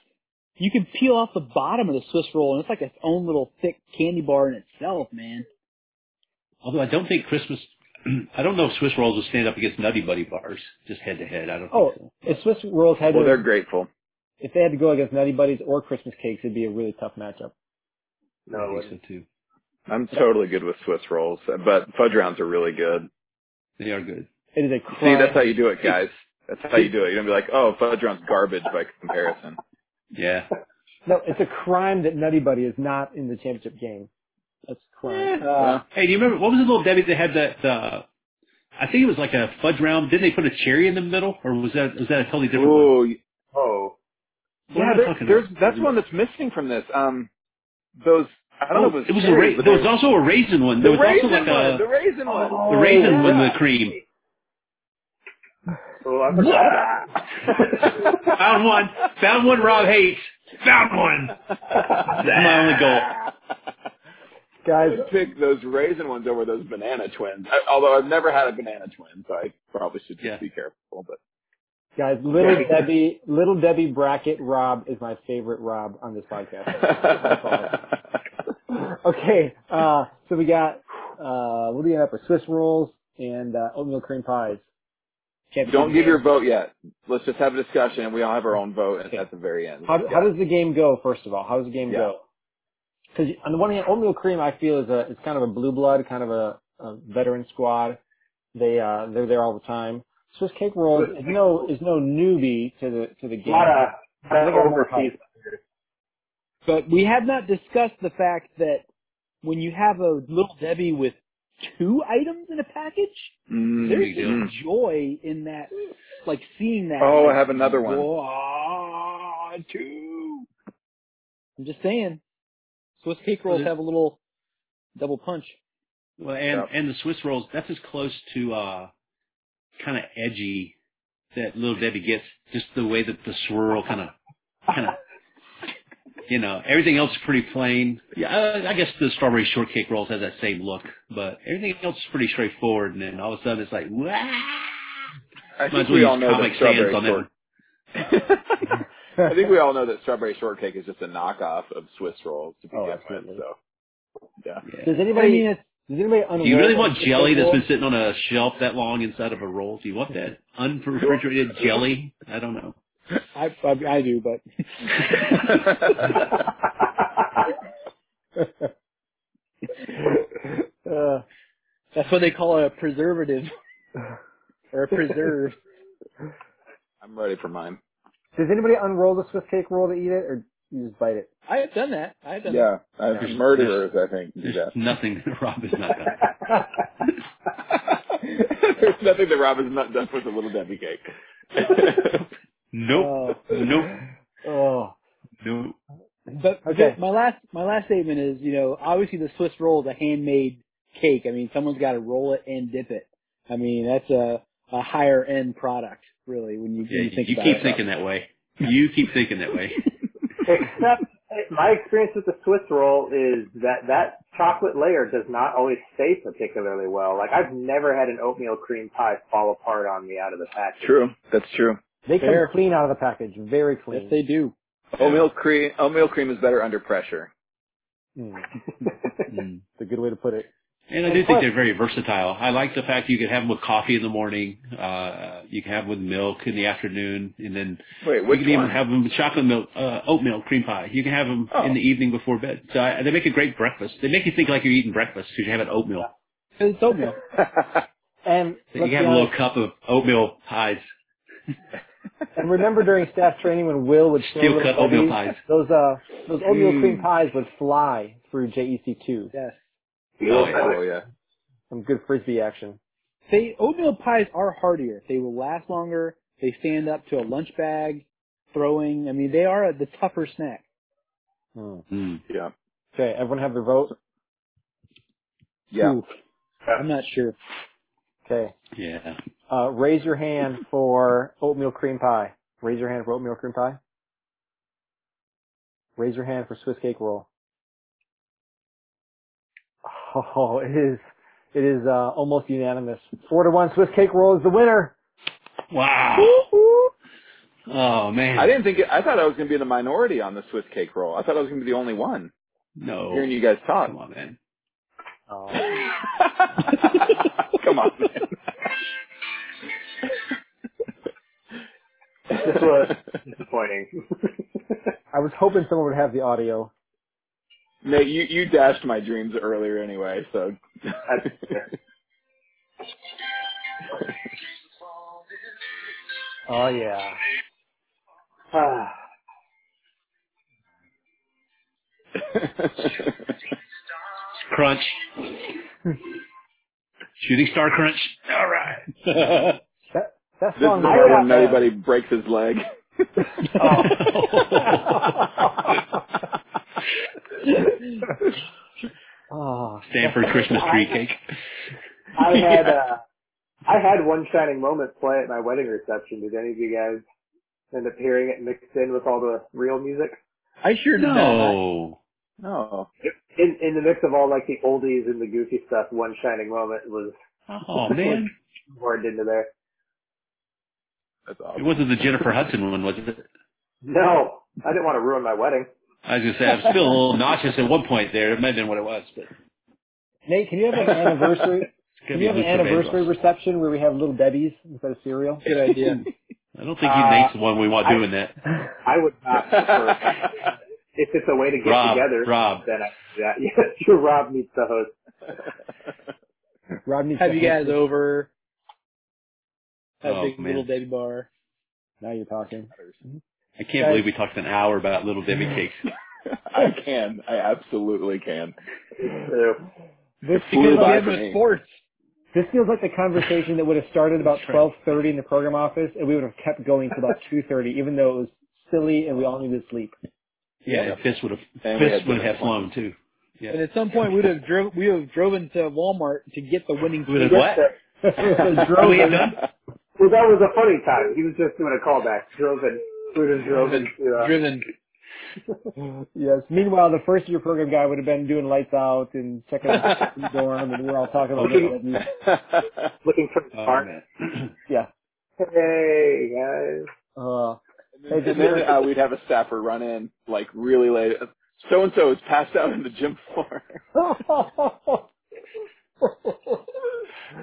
you could peel off the bottom of the Swiss roll, and it's like its own little thick candy bar in itself, man. Although I don't think Christmas. I don't know if Swiss rolls will stand up against Nutty Buddy bars just head to head. I don't Oh, think so. if Swiss rolls had Well, to, they're grateful. if they had to go against Nutty Buddies or Christmas cakes, it'd be a really tough matchup. I no. think so too. I'm totally good with Swiss rolls, but fudge rounds are really good. They are good. It is a See, crime. that's how you do it, guys. That's how you do it. You don't be like, oh, fudge rounds garbage by comparison. Yeah. No, it's a crime that Nutty Buddy is not in the championship game. That's a crime. Yeah. Hey, do you remember what was the little Debbie that had that? Uh, I think it was like a fudge round. Didn't they put a cherry in the middle, or was that was that a totally different one? Ooh, Oh, What am yeah. I There, talking there's about? that's one that's missing from this. Um, those I don't Oh, know. If it was a cherries, ra- but there was also a raisin one. the There was also raisin like one. a oh, the raisin one. the raisin yeah. with the cream. oh, I forgot about Found one. Found one Rob hates. Found one. my only goal. Guys, I'd pick those raisin ones over those banana twins. I, although I've never had a banana twin, so I probably should just Yeah. be careful. But guys, little Yeah. Debbie, little Debbie bracket Rob is my favorite Rob on this podcast. okay, uh, so we got uh, what do we end up with? Swiss rolls and uh, oatmeal cream pies. Championship don't give game. your vote yet. Let's just have a discussion, and we all have our own vote at- at the very end. How, Yeah. how does the game go? First of all, how does the game Yeah. go? Because on the one hand, oatmeal cream I feel is a it's kind of a blue blood, kind of a, a veteran squad. They uh they're there all the time. Swiss cake rolls is no is no newbie to the to the that. A game. lot of, a I lot think of I'm more overseas. But we have not discussed the fact that when you have a little Debbie with two items in a package, Mm, there's just mm. joy in that, like seeing that. Oh, I like, have another one. "Whoa, two. I'm just saying, Swiss cake rolls Well, have a little double punch. Well, and and the Swiss rolls. That's as close to uh, kind of edgy that little Debbie gets. Just the way that the swirl kind of kind of. You know, everything else is pretty plain. Yeah, I, I guess the strawberry shortcake rolls has that same look, but everything else is pretty straightforward. And then all of a sudden, it's like, wow! I Might think as well we all use know Comic that Sans strawberry on that. short. one. I think we all know that strawberry shortcake is just a knockoff of Swiss rolls to Oh, begin absolutely. with. So, yeah. Yeah. Does anybody I mean, it's does anybody Do you unroll really a want Swiss jelly that's roll? been sitting on a shelf that long inside of a roll? Do you want that unrefrigerated jelly? I don't know. I, I I do, but uh, that's what they call a preservative or a preserve. I'm ready for mine. does anybody unroll the Swiss cake roll to eat it, or you just bite it? I have done that. I have done Yeah, uh, There's- murderers, I think, do There's that. nothing that Rob has not done. There's nothing that Robin's not done with a little Debbie cake. Nope. Nope. Oh, Nope. that. But Okay. my last my last statement is, you know, obviously the Swiss roll is a handmade cake. I mean, someone's got to roll it and dip it. I mean, that's a a higher end product, really, when you, when Yeah, you think you about keep it. thinking that way. You keep thinking that way. Except eh, my experience with the Swiss roll is that that chocolate layer does not always stay particularly well. Like I've never had an oatmeal cream pie fall apart on me out of the package. True. That's true. They come Fair. clean out of the package, very clean. Yes, they do. Oatmeal cream. Oatmeal cream is better under pressure. Mm, Hmm. it's a good way to put it. And I do think they're very versatile. I like the fact you can have them with coffee in the morning. Uh, you can have them with milk in the afternoon, and then Wait, you which can even one? have them with chocolate milk, uh, oatmeal cream pie. You can have them Oh. in the evening before bed. So I, they make a great breakfast. They make you think like you're eating breakfast because you have an oatmeal. It's oatmeal. And So let's you be have a little honest, cup of oatmeal pies, and remember during staff training when Will would throw steel little cut oatmeal goodies, pies. those uh those oatmeal Mm. cream pies would fly through JEC two. Yes. oh, Oh, yeah. yeah. oh yeah. Some good frisbee action. They oatmeal pies are hardier. They will last longer. They stand up to a lunch bag, throwing. I mean, they are the tougher snack. Mm. Mm. Yeah. Okay, everyone have their vote. Yeah. Ooh. I'm not sure. Okay, Yeah. uh, raise your hand for oatmeal cream pie. Raise your hand for oatmeal cream pie. Raise your hand for Swiss cake roll. Oh, it is it is uh, almost unanimous. Four to one. Swiss cake roll is the winner. Wow. Oh man. I didn't think. It, I thought I was going to be in the minority on the Swiss cake roll. I thought I was going to be the only one no. hearing you guys talk. Come on, man. Oh. Come on. man. This was disappointing. I was hoping someone would have the audio. Nate, you, you dashed my dreams earlier anyway, so. Oh yeah. Ah, Crunch. Shooting star crunch. All right. That that this is song. the I part got when nobody breaks his leg. that. Oh, Stanford Christmas tree cake. I had uh, I had one shining moment play at my wedding reception. Did any of you guys end up hearing it mixed in with all the real music? I sure did not. No. no. In in the mix of all like the oldies and the goofy stuff, one shining moment was Oh man. poured into there. That's It awesome. wasn't the Jennifer Hudson one, was it? No, I didn't want to ruin my wedding. I was gonna say I'm still a little nauseous at one point there. It might have been what it was, but it's Nate, can you have an anniversary? gonna Can be you have an Luther Vandross. anniversary reception where we have little Debbie's instead of cereal? Good idea. I don't think you Nate's the one we want I- doing that. I would not prefer if it's a way to get Rob, together. Rob. Then I yeah, yes, your Rob needs the host. Rob needs Have to you host guys it. over? Have Oh, a big man. little baby bar. Now you're talking. I can't believe we talked an hour about little Debbie cakes. I can. I absolutely can. So, This Flew feels, by like, for me. Sports. this feels like the conversation that would have started about That's right. 12:30 in the program office, and we would have kept going to about 2:30, even though it was silly and we all needed sleep. Yeah, Yeah. and fists would have And we had fists would have different flown too. Yeah. And at some point, we'd have drove, we would have driven to Walmart to get the winning. Would have ticket. what? Drove We had them. done? well, that was a funny time. He was just doing a callback. Drove in, we just drove into uh, Driven. Yes. Meanwhile, the first year program guy would have been doing lights out and checking out the dorm, and we're all talking about Okay. little Debbie's. looking for the Oh park. man. Yeah. Hey guys. Uh, Hey, and did then, you- uh, we'd have a staffer run in, like, really late. So and so is passed out on the gym floor.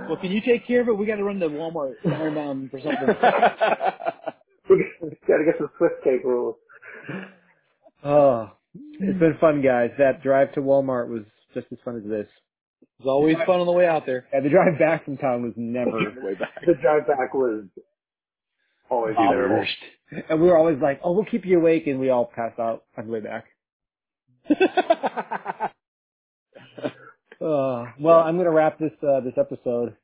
Well, can you take care of it? We got to run to Walmart Iron Mountain for something. We gotta get some Swiss cake rules. oh, it's been fun, guys. That drive to Walmart was just as fun as this. It's always fun on the way out there. Yeah, the drive back from town was never. Way back. The drive back was always Be the memorable. worst. And we were always like, "Oh, we'll keep you awake," and we all pass out on the way back. Uh, well, I'm gonna wrap this uh, this episode.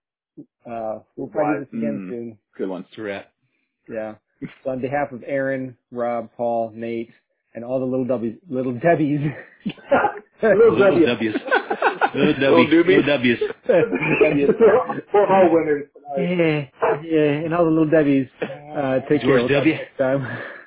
Uh, we'll probably do this again Mm. hmm. soon. Good one. It's a wrap. Yeah. So on behalf of Aaron, Rob, Paul, Nate, and all the little W's, little Debbies, Little Little W. W's. Little Little W's. Little W's. We're all- we're all winners. yeah, yeah, and all the little Debbies, uh, take care. We'll George talk W. next time.